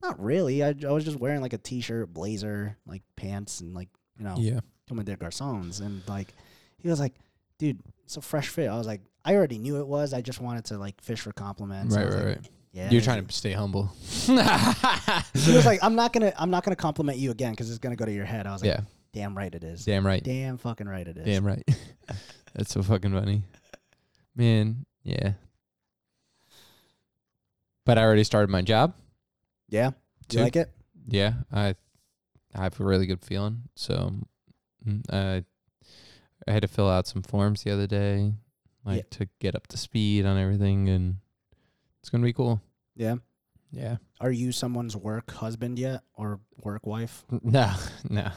Speaker 1: "Not really. I, I was just wearing like a t-shirt, blazer, like pants, and like you know,
Speaker 2: yeah.
Speaker 1: Toma de Garcons. And like, he was like, dude, it's a fresh fit. I was like, I already knew it was. I just wanted to like fish for compliments.
Speaker 2: Right,
Speaker 1: I was
Speaker 2: right,
Speaker 1: like,
Speaker 2: right.
Speaker 1: Yeah.
Speaker 2: You're
Speaker 1: thank
Speaker 2: trying
Speaker 1: you."
Speaker 2: to stay humble.
Speaker 1: He was like, I'm not gonna, I'm not gonna compliment you again because it's gonna go to your head. I was like,
Speaker 2: yeah,
Speaker 1: damn right it is.
Speaker 2: damn right.
Speaker 1: Damn fucking right it is.
Speaker 2: Damn right. That's so fucking funny. man, yeah. But I already started my job.
Speaker 1: Yeah. Do you
Speaker 2: Two.
Speaker 1: like it?
Speaker 2: Yeah, I I have a really good feeling. So mm, I I had to fill out some forms the other day, like to get up to speed on everything, and it's gonna be cool.
Speaker 1: Yeah.
Speaker 2: Yeah.
Speaker 1: Are you someone's work husband yet or work wife?
Speaker 2: No, no,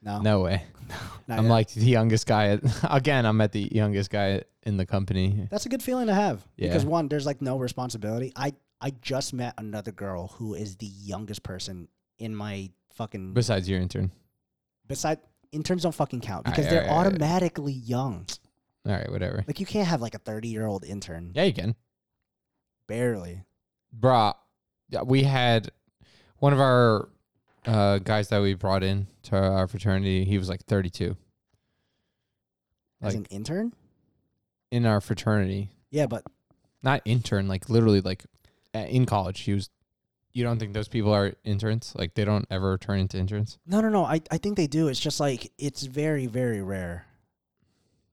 Speaker 1: No.
Speaker 2: no way.
Speaker 1: Oh, not
Speaker 2: I'm
Speaker 1: yet.
Speaker 2: like the youngest guy. At, again, I'm at the youngest guy in the company.
Speaker 1: That's a good feeling to have because
Speaker 2: Yeah.
Speaker 1: one, there's like no responsibility. I I just met another girl who is the youngest person in my fucking
Speaker 2: Besides your intern.
Speaker 1: beside interns don't fucking count
Speaker 2: Alright,
Speaker 1: because they're
Speaker 2: alright, alright.
Speaker 1: automatically young.
Speaker 2: All right, whatever.
Speaker 1: Like you can't have like a 30 year old intern.
Speaker 2: Yeah, you can.
Speaker 1: Barely.
Speaker 2: Bruh, yeah, we had one of our uh, guys that we brought in to our fraternity. He was like 32
Speaker 1: As
Speaker 2: Like-
Speaker 1: an intern?
Speaker 2: in our fraternity,
Speaker 1: Yeah, but
Speaker 2: not intern, like literally like a- in college. He was. You don't think those people are interns? Like they don't ever turn into interns?
Speaker 1: no no no. I, I think they do. It's just like it's very, very rare.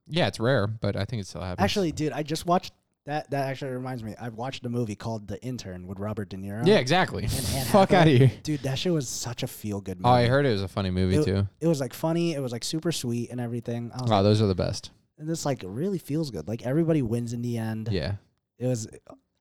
Speaker 2: Yeah, it's rare, but I think it still happens.
Speaker 1: Actually, dude, I just watched that that actually reminds me. I watched a movie called The Intern with Robert De Niro.
Speaker 2: yeah, exactly.
Speaker 1: Anne
Speaker 2: Fuck out of here.
Speaker 1: Dude, that shit was such a feel good movie.
Speaker 2: Oh, I heard it was a funny movie
Speaker 1: It-
Speaker 2: too.
Speaker 1: It was like funny, it was like super sweet and everything. I was
Speaker 2: Wow,
Speaker 1: like,
Speaker 2: those are the best.
Speaker 1: and this like really feels good. Like everybody wins in the end.
Speaker 2: Yeah.
Speaker 1: It was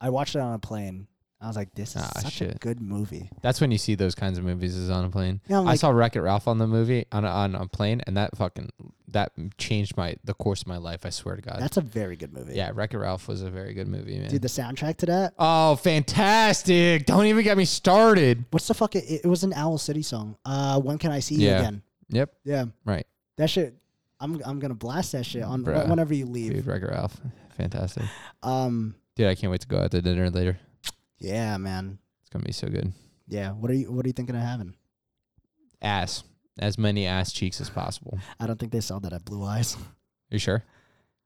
Speaker 1: I watched it on a plane. I was like, this is
Speaker 2: Ah,
Speaker 1: such a
Speaker 2: shit.
Speaker 1: good movie.
Speaker 2: That's when you see those kinds of movies is on a plane.
Speaker 1: Yeah, I'm
Speaker 2: I
Speaker 1: like-
Speaker 2: saw Wreck It Ralph on the movie on a, on a plane, and that fucking that changed my the course of my life. I swear to God.
Speaker 1: That's a very good movie.
Speaker 2: yeah, Wreck It Ralph was a very good movie, man.
Speaker 1: Dude, the soundtrack to that.
Speaker 2: oh, fantastic! Don't even get me started.
Speaker 1: What's the fuck? It, it was an Owl City song. Uh, when can I see you
Speaker 2: Yeah.
Speaker 1: again?
Speaker 2: Yep,
Speaker 1: Yeah,
Speaker 2: right,
Speaker 1: that shit. I'm I'm gonna blast that shit on wh-
Speaker 2: Bruh.
Speaker 1: whenever you leave.
Speaker 2: dude. Wreck It Ralph, fantastic,
Speaker 1: Um,
Speaker 2: dude. I can't wait to go out to dinner later.
Speaker 1: yeah, man.
Speaker 2: It's gonna be so good.
Speaker 1: Yeah. What are you What are you thinking of having?
Speaker 2: Ass, as many ass cheeks as possible.
Speaker 1: I don't think they sell that at Blue Eyes.
Speaker 2: You sure?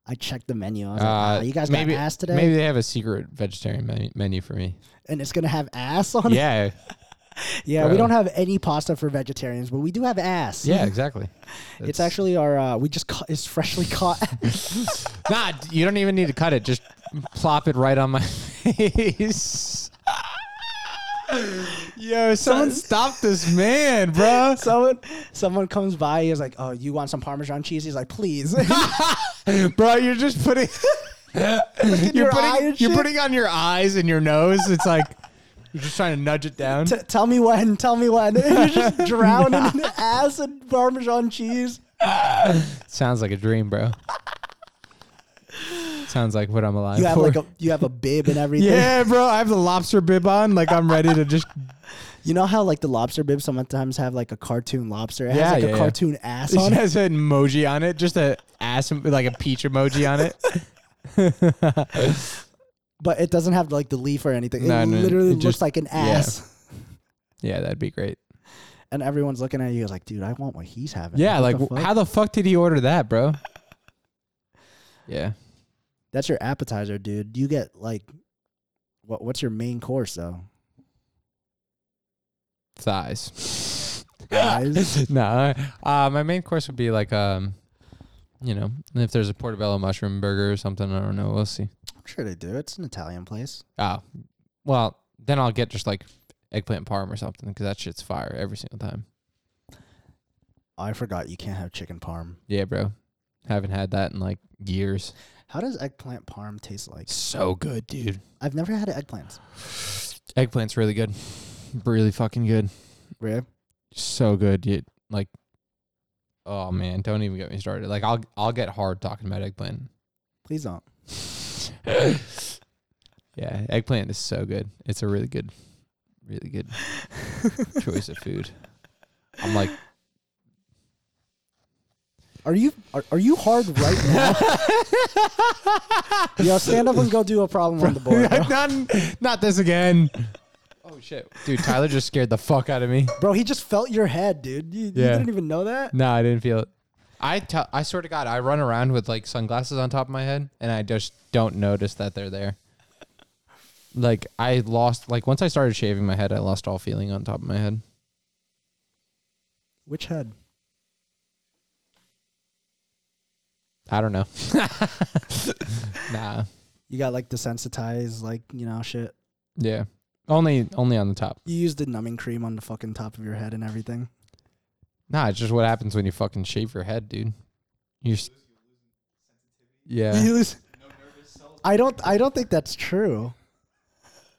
Speaker 1: I checked the menu. I was
Speaker 2: Uh,
Speaker 1: like, ah, you guys
Speaker 2: maybe-
Speaker 1: got ass today,
Speaker 2: Maybe they have a secret vegetarian menu, menu for me.
Speaker 1: and it's gonna have ass on it.
Speaker 2: yeah,
Speaker 1: Yeah, we
Speaker 2: bro.
Speaker 1: don't have any pasta for vegetarians, but we do have ass.
Speaker 2: yeah, exactly.
Speaker 1: it's
Speaker 2: That's-
Speaker 1: actually our. Uh, we just caught, it's freshly caught.
Speaker 2: Nah, d- you don't even need to cut it. Just plop it right on my face. Yo, someone stop this man, bro.
Speaker 1: someone someone comes by. He's like, "Oh, you want some Parmesan cheese?" He's like, "Please."
Speaker 2: bro, you're just putting
Speaker 1: your
Speaker 2: you're
Speaker 1: eye
Speaker 2: putting
Speaker 1: and
Speaker 2: you're
Speaker 1: shit.
Speaker 2: putting on your eyes and your nose. It's like you're just trying to nudge it down.
Speaker 1: T- tell me when. Tell me when. You're just drowning in ass and Parmesan cheese.
Speaker 2: Sounds like a dream, bro. Sounds like what I'm alive
Speaker 1: You have
Speaker 2: for.
Speaker 1: like a you have a bib and everything.
Speaker 2: yeah, bro. I have the lobster bib on. Like I'm ready to just
Speaker 1: You know how like the lobster bibs sometimes have like a cartoon lobster. It
Speaker 2: Yeah,
Speaker 1: has like
Speaker 2: yeah,
Speaker 1: a
Speaker 2: yeah.
Speaker 1: cartoon ass
Speaker 2: It
Speaker 1: on it.
Speaker 2: has an emoji on it, just a ass, like a peach emoji on it.
Speaker 1: But it doesn't have like the leaf or anything. It
Speaker 2: No, no,
Speaker 1: literally
Speaker 2: it
Speaker 1: looks
Speaker 2: just-
Speaker 1: like an ass.
Speaker 2: yeah, that'd be great.
Speaker 1: And everyone's looking at you like, dude, I want what he's having.
Speaker 2: Yeah,
Speaker 1: What
Speaker 2: like
Speaker 1: the
Speaker 2: w-
Speaker 1: fuck?
Speaker 2: how the fuck did he order that, bro? yeah,
Speaker 1: that's your appetizer, dude. You get like what what's your main course though?
Speaker 2: thighs.
Speaker 1: Guys.
Speaker 2: no, uh, my main course would be like, um, you know, if there's a portobello mushroom burger or something, I don't know. We'll see.
Speaker 1: I'm sure they do. It's an Italian place.
Speaker 2: Oh, well, then I'll get just like eggplant parm or something because that shit's fire every single time.
Speaker 1: I forgot you can't have chicken parm.
Speaker 2: Yeah, bro. Haven't had that in like years.
Speaker 1: How does eggplant parm taste like?
Speaker 2: So good, dude.
Speaker 1: I've never had eggplants.
Speaker 2: Eggplant's really good. Really fucking good.
Speaker 1: Really?
Speaker 2: So good. You, like Oh man, don't even get me started. Like I'll I'll get hard talking about eggplant.
Speaker 1: Please don't.
Speaker 2: yeah, eggplant is so good. It's a really good really good choice of food. I'm like
Speaker 1: Are you are, are you hard right now? Yo, stand up and go do a problem on the board, bro.
Speaker 2: not, not this again. Oh shit. Dude, Tyler just scared the fuck out of me.
Speaker 1: Bro, he just felt your head, dude. You, you
Speaker 2: Yeah.
Speaker 1: didn't even know that.
Speaker 2: No, I didn't feel it. I tell, I swear to God, I run around with like sunglasses on top of my head, and I just don't notice that they're there. Like I lost, like once I started shaving my head, I lost all feeling on top of my head.
Speaker 1: Which head?
Speaker 2: I don't know. nah,
Speaker 1: You got like desensitized, like you know shit.
Speaker 2: Yeah. Only only on the top.
Speaker 1: You used the numbing cream on the fucking top of your head and everything.
Speaker 2: Nah, it's just what happens when you fucking shave your head, dude. You're s- yeah.
Speaker 1: You lose- I don't. I don't think that's true.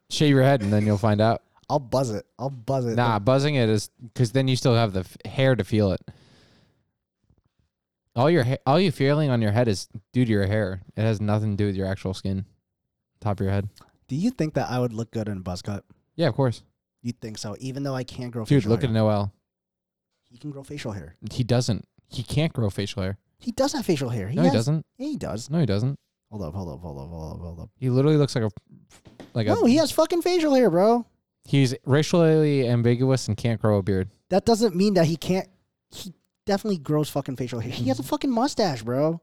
Speaker 2: Shave your head and then you'll find out.
Speaker 1: I'll buzz it. I'll buzz it.
Speaker 2: Nah, buzzing it is because then you still have the f- hair to feel it. All your ha- all you feeling on your head is due to your hair. It has nothing to do with your actual skin, top of your head.
Speaker 1: Do you think that I would look good in a buzz cut?
Speaker 2: Yeah, of course,
Speaker 1: You think so? Even though I can't grow
Speaker 2: dude.
Speaker 1: facial
Speaker 2: Look
Speaker 1: hair.
Speaker 2: at Noel.
Speaker 1: He can grow facial hair.
Speaker 2: He doesn't. He can't grow facial hair.
Speaker 1: He does have facial hair. He
Speaker 2: no,
Speaker 1: has,
Speaker 2: he doesn't.
Speaker 1: Yeah, he does.
Speaker 2: No, he doesn't.
Speaker 1: Hold up, hold up, hold up, hold up, hold up.
Speaker 2: He literally looks like a like
Speaker 1: No,
Speaker 2: a.
Speaker 1: he has fucking facial hair, bro.
Speaker 2: He's racially ambiguous and can't grow a beard.
Speaker 1: That doesn't mean that he can't. He definitely grows fucking facial hair. He has
Speaker 2: Mm-hmm.
Speaker 1: a fucking mustache, bro.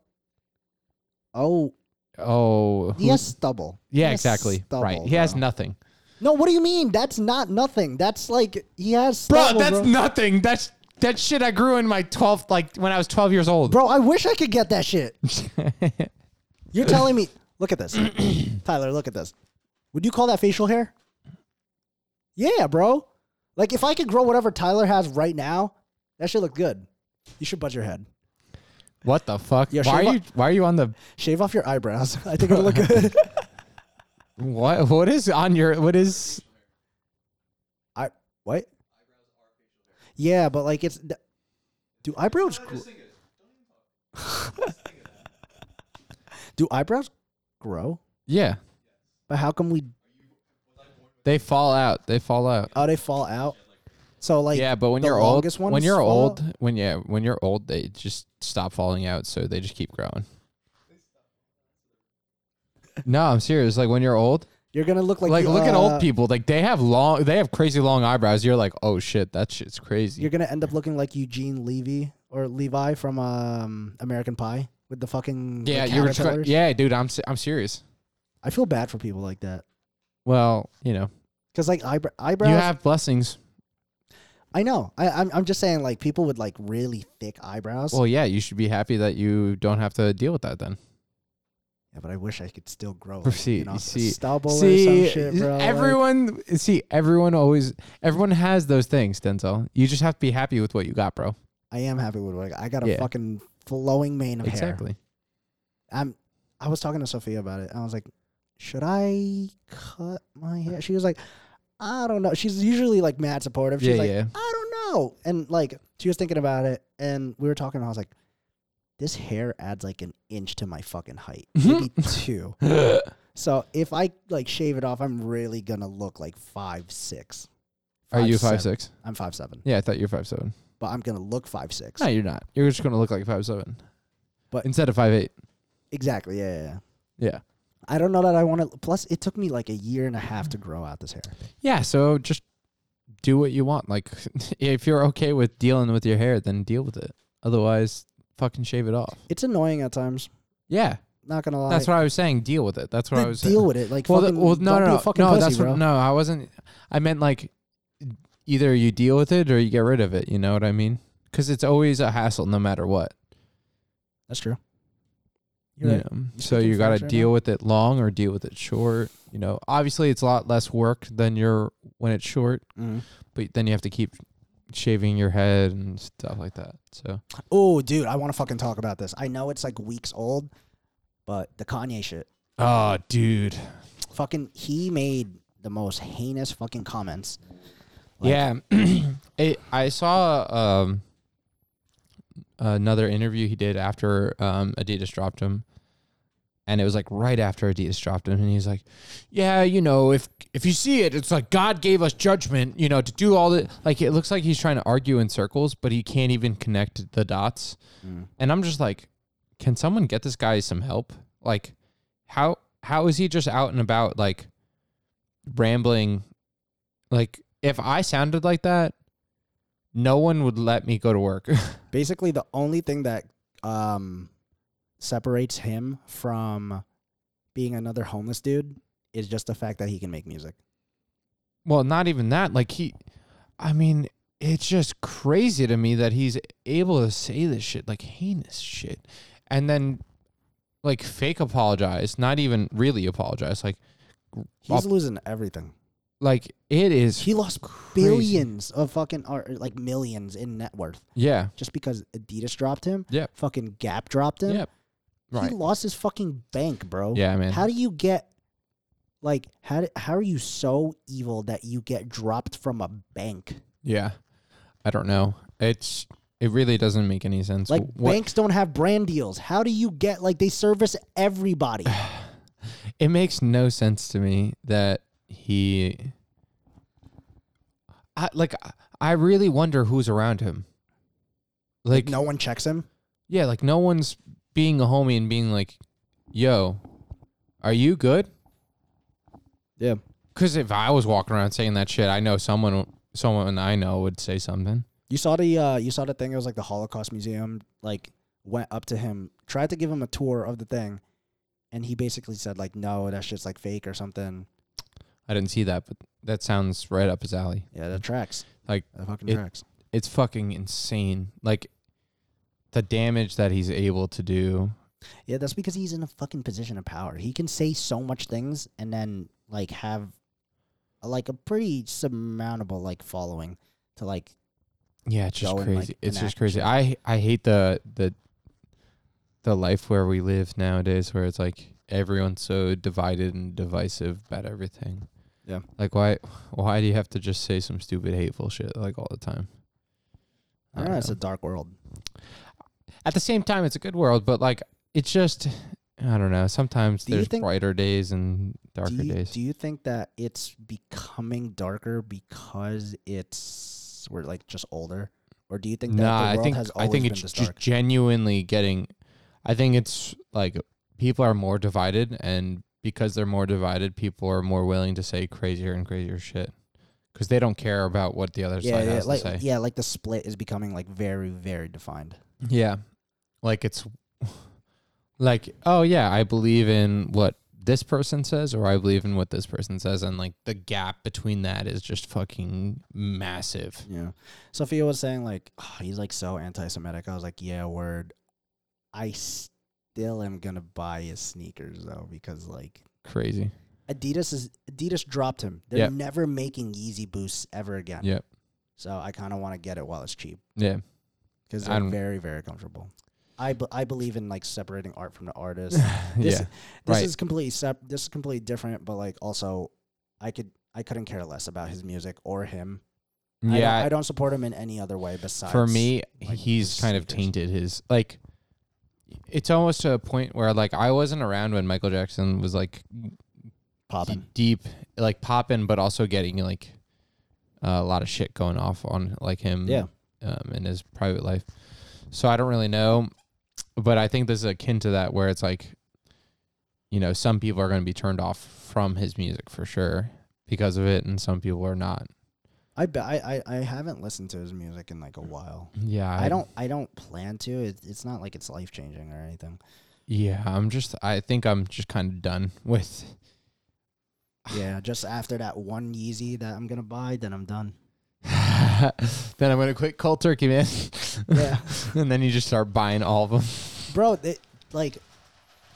Speaker 1: Oh,
Speaker 2: Oh,
Speaker 1: he
Speaker 2: who-
Speaker 1: has stubble. He
Speaker 2: yeah,
Speaker 1: has
Speaker 2: exactly.
Speaker 1: stubble,
Speaker 2: right. He has
Speaker 1: bro.
Speaker 2: nothing.
Speaker 1: No, what do you mean? That's not nothing. That's like he has
Speaker 2: Bro,
Speaker 1: stubble,
Speaker 2: that's
Speaker 1: bro.
Speaker 2: nothing. That's that shit I grew in my 12th, like when I was 12 years old.
Speaker 1: Bro, I wish I could get that shit. You're telling me. Look at this. Tyler, look at this. Would you call that facial hair? Yeah, bro. Like, if I could grow whatever Tyler has right now, that should look good. You should buzz your head.
Speaker 2: What the fuck?
Speaker 1: Yeah,
Speaker 2: why
Speaker 1: shave
Speaker 2: are you why are you on the
Speaker 1: Shave off your eyebrows. I think it'll look good.
Speaker 2: what what is on your what is
Speaker 1: I What? Yeah, but like it's. th- Do eyebrows. Gr- do eyebrows grow?
Speaker 2: Yeah.
Speaker 1: But how come we.
Speaker 2: They fall out. They fall out.
Speaker 1: Oh, they fall out? So, like.
Speaker 2: yeah, but when
Speaker 1: the
Speaker 2: you're old
Speaker 1: longest
Speaker 2: when
Speaker 1: ones
Speaker 2: you're
Speaker 1: fall
Speaker 2: old, when yeah, when you're old they just stop falling out, so they just keep growing. No, I'm serious. Like when you're old,
Speaker 1: You're going to look like.
Speaker 2: like
Speaker 1: the,
Speaker 2: look at old
Speaker 1: uh,
Speaker 2: people. Like they have long, they have crazy long eyebrows. You're like, oh shit, that shit's crazy.
Speaker 1: You're gonna end up looking like Eugene Levy or Levi from um, American Pie with the fucking
Speaker 2: Yeah,
Speaker 1: like,
Speaker 2: you're gonna try-
Speaker 1: caterpillars.
Speaker 2: yeah, dude. I'm se- I'm serious.
Speaker 1: I feel bad for people like that
Speaker 2: Well, you know,
Speaker 1: because like eyebrow eyebrows.
Speaker 2: you have blessings.
Speaker 1: I know. I, I'm I'm just saying like people with like really thick eyebrows.
Speaker 2: Well, yeah, you should be happy that you don't have to deal with that then.
Speaker 1: yeah, but I wish I could still grow. Like,
Speaker 2: See,
Speaker 1: you know,
Speaker 2: see,
Speaker 1: stubble or
Speaker 2: see, uh,
Speaker 1: some shit, bro. like-
Speaker 2: everyone, see, everyone always, everyone has those things, Denzel. You just have to be happy with what you got, bro.
Speaker 1: I am happy with like I got a
Speaker 2: Yeah.
Speaker 1: fucking flowing mane of hair.
Speaker 2: Exactly.
Speaker 1: I'm. I was talking to Sophia about it. I was like, should I cut my hair? She was like, I don't know. She's usually like mad supportive. She's
Speaker 2: Yeah,
Speaker 1: like,
Speaker 2: yeah.
Speaker 1: I don't know. And like she was thinking about it, and we were talking. And I was like, this hair adds like an inch to my fucking height,
Speaker 2: Mm-hmm.
Speaker 1: maybe two. So if I like shave it off, I'm really gonna look like five six.
Speaker 2: Are you
Speaker 1: seven.
Speaker 2: five six?
Speaker 1: I'm "Ah, five seven,
Speaker 2: Yeah, I thought you were five seven.
Speaker 1: but I'm gonna look five six.
Speaker 2: No, you're not. You're just gonna look like five seven,
Speaker 1: But-
Speaker 2: instead of five eight.
Speaker 1: Exactly. Yeah, yeah. yeah.
Speaker 2: Yeah.
Speaker 1: I don't know that I want to. Plus, it took me like a year and a half to grow out this hair.
Speaker 2: Yeah, so just do what you want. Like, if you're okay with dealing with your hair, then deal with it. Otherwise, fucking shave it off.
Speaker 1: It's annoying at times.
Speaker 2: Yeah,
Speaker 1: Not gonna lie.
Speaker 2: that's what I was saying. Deal with it. That's what I
Speaker 1: Then
Speaker 2: was
Speaker 1: deal
Speaker 2: saying.
Speaker 1: with it. Like
Speaker 2: well,
Speaker 1: fucking,
Speaker 2: th- well, no,
Speaker 1: don't
Speaker 2: no,
Speaker 1: be
Speaker 2: no,
Speaker 1: a fucking
Speaker 2: no.
Speaker 1: pussy,
Speaker 2: that's
Speaker 1: bro.
Speaker 2: what, no. I wasn't. I meant like either you deal with it or you get rid of it. You know what I mean? Because it's always a hassle, no matter what.
Speaker 1: That's true.
Speaker 2: You
Speaker 1: You're right.
Speaker 2: know? So
Speaker 1: speaking
Speaker 2: you got
Speaker 1: facts
Speaker 2: to
Speaker 1: right
Speaker 2: deal with it long or deal with it short. You know, obviously it's a lot less work than your when it's short,
Speaker 1: Mhm.
Speaker 2: but then you have to keep shaving your head and stuff like that. So.
Speaker 1: Oh, dude, I want to fucking talk about this. I know it's like weeks old, but the Kanye shit.
Speaker 2: Oh, dude.
Speaker 1: Fucking, he made the most heinous fucking comments. Like-
Speaker 2: yeah. I I saw um, another interview he did after um, Adidas dropped him. And it was like right after Adidas dropped him. And he's like, yeah, you know, if if you see it, it's like God gave us judgment, you know, to do all the. Like, it looks like he's trying to argue in circles, but he can't even connect the dots. And I'm just like, can someone get this guy some help? Like, how how is he just out and about, like, rambling like if I sounded like that, no one would let me go to work.
Speaker 1: Basically, the only thing that um separates him from being another homeless dude is just the fact that he can make music.
Speaker 2: well, not even that. Like he I mean, it's just crazy to me that he's able to say this shit, like heinous shit. And then like fake apologize, not even really apologize. Like
Speaker 1: He's losing everything.
Speaker 2: like it is
Speaker 1: He lost
Speaker 2: crazy.
Speaker 1: billions of fucking, or or, like millions in net worth
Speaker 2: Yeah.
Speaker 1: just because Adidas dropped him.
Speaker 2: Yeah.
Speaker 1: Fucking Gap dropped him.
Speaker 2: Yeah. Right.
Speaker 1: He lost his fucking bank, bro.
Speaker 2: Yeah, man.
Speaker 1: How do you get, like, how do, how are you so evil that you get dropped from a bank?
Speaker 2: yeah. I don't know. It's it really doesn't make any sense.
Speaker 1: Like,
Speaker 2: What-
Speaker 1: banks don't have brand deals. How do you get, like, they service everybody?
Speaker 2: it makes no sense to me that he I like I- I really wonder who's around him. Like
Speaker 1: no one checks him.
Speaker 2: yeah, like no one's being a homie and being like, "Yo, are you good?"
Speaker 1: Yeah.
Speaker 2: Cuz if I was walking around saying that shit, I know someone someone I know would say something.
Speaker 1: You saw the uh, you saw the thing. It was like the Holocaust Museum. Like went up to him, tried to give him a tour of the thing, and he basically said like, "No, that shit's like fake or something."
Speaker 2: I didn't see that, but that sounds right up his alley.
Speaker 1: Yeah, that tracks.
Speaker 2: Like,
Speaker 1: that fucking
Speaker 2: it-
Speaker 1: tracks.
Speaker 2: It's fucking insane. Like the damage that he's able to do.
Speaker 1: Yeah, that's because he's in a fucking position of power. He can say so much things and then like have like a pretty surmountable like following to like
Speaker 2: Yeah, it's just
Speaker 1: go
Speaker 2: crazy.
Speaker 1: and, like,
Speaker 2: it's just
Speaker 1: enact
Speaker 2: crazy.
Speaker 1: shit.
Speaker 2: I I hate the the the life where we live nowadays, where it's like everyone's so divided and divisive about everything.
Speaker 1: Yeah.
Speaker 2: Like why why do you have to just say some stupid hateful shit like all the time?
Speaker 1: I don't know, it's a dark world.
Speaker 2: At the same time, it's a good world, but like it's just I don't know. Sometimes
Speaker 1: Do you
Speaker 2: there's
Speaker 1: think-
Speaker 2: brighter days and darker
Speaker 1: do you,
Speaker 2: days.
Speaker 1: Do you think that it's becoming darker because it's we're like just older, or do you think that
Speaker 2: nah,
Speaker 1: the
Speaker 2: I
Speaker 1: world
Speaker 2: think
Speaker 1: has
Speaker 2: I
Speaker 1: always
Speaker 2: think
Speaker 1: been
Speaker 2: it's
Speaker 1: this
Speaker 2: just
Speaker 1: dark?
Speaker 2: genuinely getting. I think it's like people are more divided, and because they're more divided, people are more willing to say crazier and crazier shit because they don't care about what the other
Speaker 1: yeah,
Speaker 2: side
Speaker 1: yeah,
Speaker 2: has
Speaker 1: like
Speaker 2: to say.
Speaker 1: yeah, like the split is becoming like very, very defined.
Speaker 2: Yeah. Like it's like, oh yeah, I believe in what this person says or I believe in what this person says and like the gap between that is just fucking massive.
Speaker 1: Yeah. Sophia was saying like "Ah, he's like so anti-Semitic. I was like, yeah, word. I still am gonna buy his sneakers though because like
Speaker 2: Crazy.
Speaker 1: Adidas is Adidas dropped him. They're
Speaker 2: Yeah.
Speaker 1: never making Yeezy boosts ever again.
Speaker 2: Yep.
Speaker 1: So I kind of want to get it while it's cheap.
Speaker 2: Yeah.
Speaker 1: because
Speaker 2: I
Speaker 1: they're
Speaker 2: don't-
Speaker 1: very very comfortable. I, b- I believe in like separating art from the artist. This,
Speaker 2: yeah.
Speaker 1: this
Speaker 2: right.
Speaker 1: is completely sep- this is completely different, but like also, I could I couldn't care less about his music or him. I don't-
Speaker 2: yeah.
Speaker 1: I don't, support him in any other way besides.
Speaker 2: for me
Speaker 1: like,
Speaker 2: he's
Speaker 1: his
Speaker 2: kind of
Speaker 1: sneakers.
Speaker 2: tainted his like it's almost to a point where like i wasn't around when michael jackson was like
Speaker 1: popping.
Speaker 2: deep like popping but also getting like a lot of shit going off on like him
Speaker 1: Yeah.
Speaker 2: um, in his private life so i don't really know but i think this is akin to that where it's like you know some people are going to be turned off from his music for sure because of it and some people are not
Speaker 1: I, be- I I I haven't listened to his music in like a while.
Speaker 2: yeah
Speaker 1: I don't I don't plan to. It, it's not like it's life changing or anything.
Speaker 2: yeah i'm just i think i'm just kind of done with
Speaker 1: Yeah, just after that one Yeezy that I'm gonna buy, then I'm done.
Speaker 2: then I'm gonna quit cold turkey, man.
Speaker 1: Yeah.
Speaker 2: and then you just start buying all of them.
Speaker 1: bro. They, like,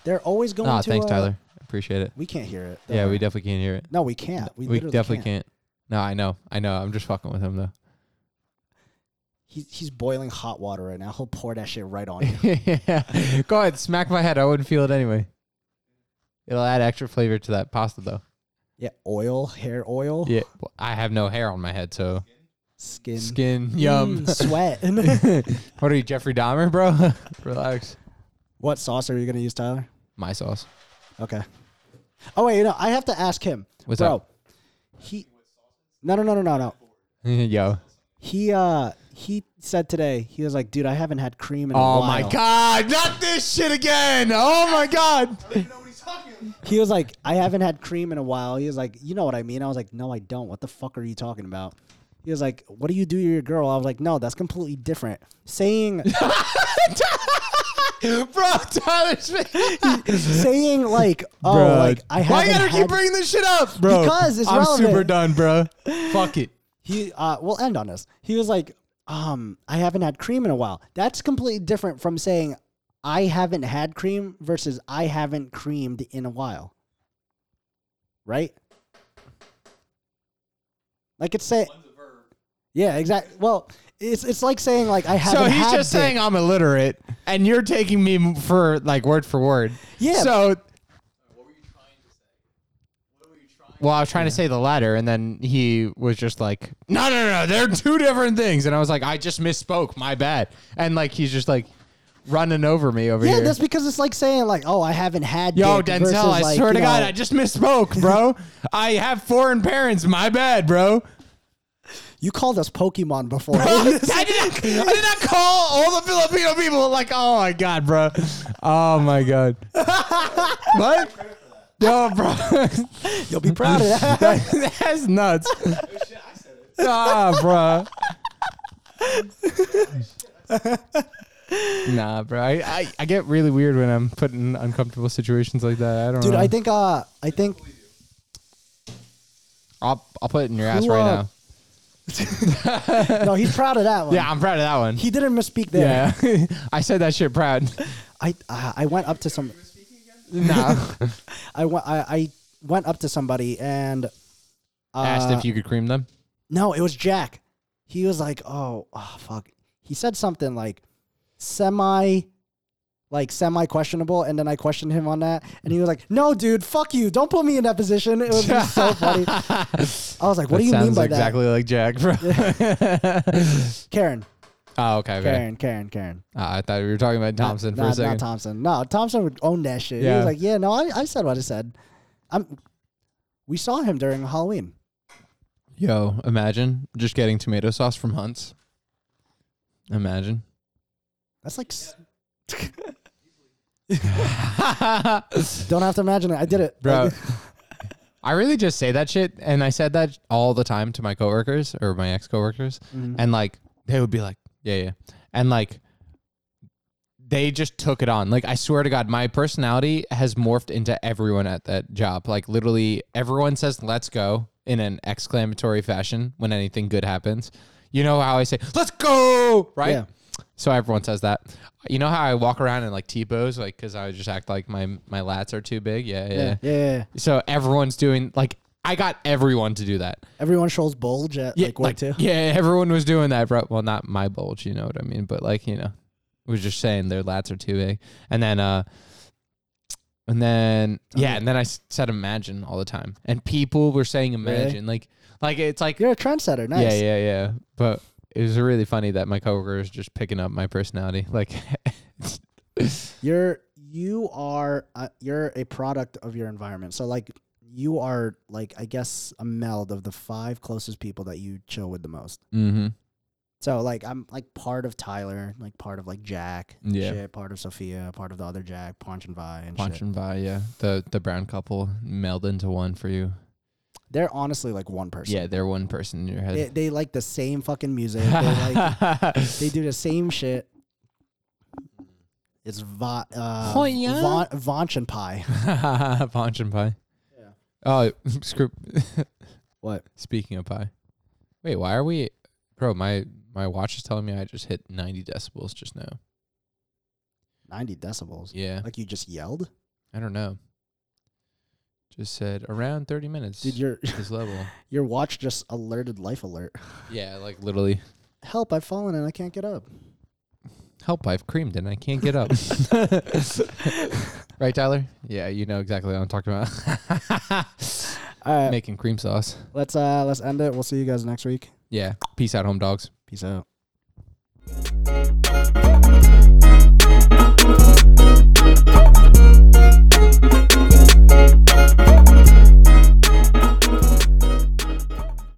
Speaker 1: they're always going.
Speaker 2: Ah,
Speaker 1: to
Speaker 2: thanks,
Speaker 1: uh,
Speaker 2: Tyler. Appreciate it.
Speaker 1: We can't hear it. don't
Speaker 2: Yeah,
Speaker 1: worry.
Speaker 2: we definitely can't hear it.
Speaker 1: No, we can't. We,
Speaker 2: We
Speaker 1: literally
Speaker 2: definitely
Speaker 1: can't.
Speaker 2: can't. No, I know, I know. I'm just fucking with him though.
Speaker 1: He's he's boiling hot water right now. He'll pour that shit right on you.
Speaker 2: yeah. Go ahead, smack my head. I wouldn't feel it anyway. It'll add extra flavor to that pasta though.
Speaker 1: yeah, oil, hair oil,
Speaker 2: Yeah, well, I have no hair on my head, so
Speaker 1: skin,
Speaker 2: skin yum.
Speaker 1: Mm, sweat.
Speaker 2: what are you, Jeffrey Dahmer, bro? Relax.
Speaker 1: what sauce are you gonna use, Tyler?
Speaker 2: My sauce.
Speaker 1: Okay. Oh wait, no, I have to ask him,
Speaker 2: What's
Speaker 1: bro.
Speaker 2: up?
Speaker 1: He, no, no, no, no, no, no.
Speaker 2: Yo.
Speaker 1: He uh he said today he was like, dude, I haven't had cream in a while.
Speaker 2: Oh my god, not this shit again. Oh my god.
Speaker 1: He was like, I haven't had cream in a while. He was like, you know what I mean? I was like, no, I don't. What the fuck are you talking about? He was like, what do you do to your girl? I was like, no, that's completely different. Saying
Speaker 2: Bro, Tyler Smith.
Speaker 1: saying like, oh,
Speaker 2: Bro,
Speaker 1: like I
Speaker 2: Why
Speaker 1: haven't
Speaker 2: you gotta
Speaker 1: had-
Speaker 2: keep bringing this shit up, bro?
Speaker 1: Because it's
Speaker 2: I'm
Speaker 1: relevant.
Speaker 2: super done, bro. Fuck it.
Speaker 1: he uh we'll end on this. He was like, um, I haven't had cream in a while. That's completely different from saying I haven't had cream versus I haven't creamed in a while. Right? Like it's saying Yeah, exactly. Well, it's it's like saying like I haven't
Speaker 2: So he's
Speaker 1: had
Speaker 2: just
Speaker 1: dick.
Speaker 2: saying I'm illiterate, and you're taking me m- for like word for word.
Speaker 1: Yeah.
Speaker 2: So. Well, I was trying to say the latter, and then he was just like, "No, no, no, they're two different things." And I was like, "I just misspoke, my bad." And like, he's just like running over me over
Speaker 1: Yeah,
Speaker 2: here.
Speaker 1: that's because it's like saying like, "Oh, I haven't had."
Speaker 2: Yo,
Speaker 1: dick
Speaker 2: Denzel,
Speaker 1: versus,
Speaker 2: I
Speaker 1: like,
Speaker 2: swear to
Speaker 1: you
Speaker 2: God,
Speaker 1: know-
Speaker 2: I just misspoke, bro. I have foreign parents. My bad, bro.
Speaker 1: you called us Pokemon before.
Speaker 2: I, did not, I did not call all the Filipino people like, oh my God, bro. Oh my God. what? Yo, bro.
Speaker 1: You'll be proud of that.
Speaker 2: That- that's nuts. Nah, bro. nah, bro. I, I, I get really weird when I'm put in uncomfortable situations like that. I don't
Speaker 1: Dude,
Speaker 2: know.
Speaker 1: I think uh I think
Speaker 2: I'll, I'll put it in your ass
Speaker 1: Who,
Speaker 2: right
Speaker 1: uh,
Speaker 2: now.
Speaker 1: no, he's proud of that one.
Speaker 2: Yeah, I'm proud of that one.
Speaker 1: He didn't misspeak there.
Speaker 2: Yeah, I said that shit proud.
Speaker 1: I uh, I went up to some
Speaker 2: Nah,
Speaker 1: Uh, I went I, I went up to somebody and uh,
Speaker 2: asked if you could cream them.
Speaker 1: No, it was Jack. He was like, "Oh, oh fuck." He said something like semi like semi questionable and then I questioned him on that and he was like, "No, dude, fuck you. Don't put me in that position." It was just so funny. I was like, "What do you mean by
Speaker 2: exactly like Jack, bro.
Speaker 1: that?" Karen,
Speaker 2: oh, okay, okay.
Speaker 1: Karen, Karen, Karen.
Speaker 2: Uh, I thought we were talking about Thompson
Speaker 1: no,
Speaker 2: for a
Speaker 1: not
Speaker 2: second.
Speaker 1: Thompson. No, Thompson would own that shit. He
Speaker 2: Yeah.
Speaker 1: was like, "Yeah, no, I, I said what I said." I'm We saw him during Halloween.
Speaker 2: Yo, imagine just getting tomato sauce from Hunt's. Imagine.
Speaker 1: That's like s-
Speaker 2: bro,
Speaker 1: don't have to imagine it. I did it. I did-
Speaker 2: I really just say that shit, and I said that all the time to my coworkers or my ex coworkers, and like they would be like, "Yeah, yeah," and like they just took it on. Like I swear to God, my personality has morphed into everyone at that job. Like literally, everyone says "Let's go" in an exclamatory fashion when anything good happens. You know how I say "Let's go," right?
Speaker 1: Yeah.
Speaker 2: So everyone says that. You know how I walk around in like T-bows, like because I just act like my my lats are too big. Yeah, yeah.
Speaker 1: yeah,
Speaker 2: yeah.
Speaker 1: yeah, yeah.
Speaker 2: So everyone's doing like I got everyone to do that.
Speaker 1: Everyone shows bulge at like work too.
Speaker 2: Yeah, everyone was doing that, bro. Well, not my bulge, you know what I mean, but like you know, was just saying their lats are too big, and then uh, and then yeah, and then I s- said imagine all the time, and people were saying imagine like like it's like
Speaker 1: You're a trendsetter. Nice.
Speaker 2: yeah yeah yeah, but it was really funny that my coworker is just picking up my personality like.
Speaker 1: You're you are uh, you're a product of your environment. So like you are like I guess a meld of the five closest people that you chill with the most.
Speaker 2: mm-hmm.
Speaker 1: So like I'm like part of Tyler, like part of like Jack, and
Speaker 2: Yeah.
Speaker 1: shit, part of Sophia, part of the other Jack, Ponch and Vi, and
Speaker 2: Punch
Speaker 1: shit.
Speaker 2: and by, yeah. The the brown couple meld into one for you.
Speaker 1: They're honestly like one person.
Speaker 2: Yeah, they're one person in your
Speaker 1: They,
Speaker 2: head.
Speaker 1: they like the same fucking music. They like they do the same shit. It's va- uh,
Speaker 2: Oh, yeah?
Speaker 1: va- Vaunch and Pie.
Speaker 2: Punch and pie. Oh, screw.
Speaker 1: What?
Speaker 2: Speaking of pie, wait, why are we, bro? My my watch is telling me I just hit ninety decibels just now.
Speaker 1: 90 decibels.
Speaker 2: Yeah,
Speaker 1: Like you just yelled?
Speaker 2: I don't know. Just said around thirty minutes.
Speaker 1: Did your
Speaker 2: this level?
Speaker 1: your watch just alerted life alert?
Speaker 2: Yeah, like literally.
Speaker 1: Help, I've fallen and I can't get up.
Speaker 2: Help! I've creamed and I can't get up. right, Tyler? Yeah, you know exactly what I'm talking about.
Speaker 1: All right.
Speaker 2: Making cream sauce.
Speaker 1: Let's uh let's end it. We'll see you guys next week.
Speaker 2: Yeah. Peace out, home dogs.
Speaker 1: Peace out.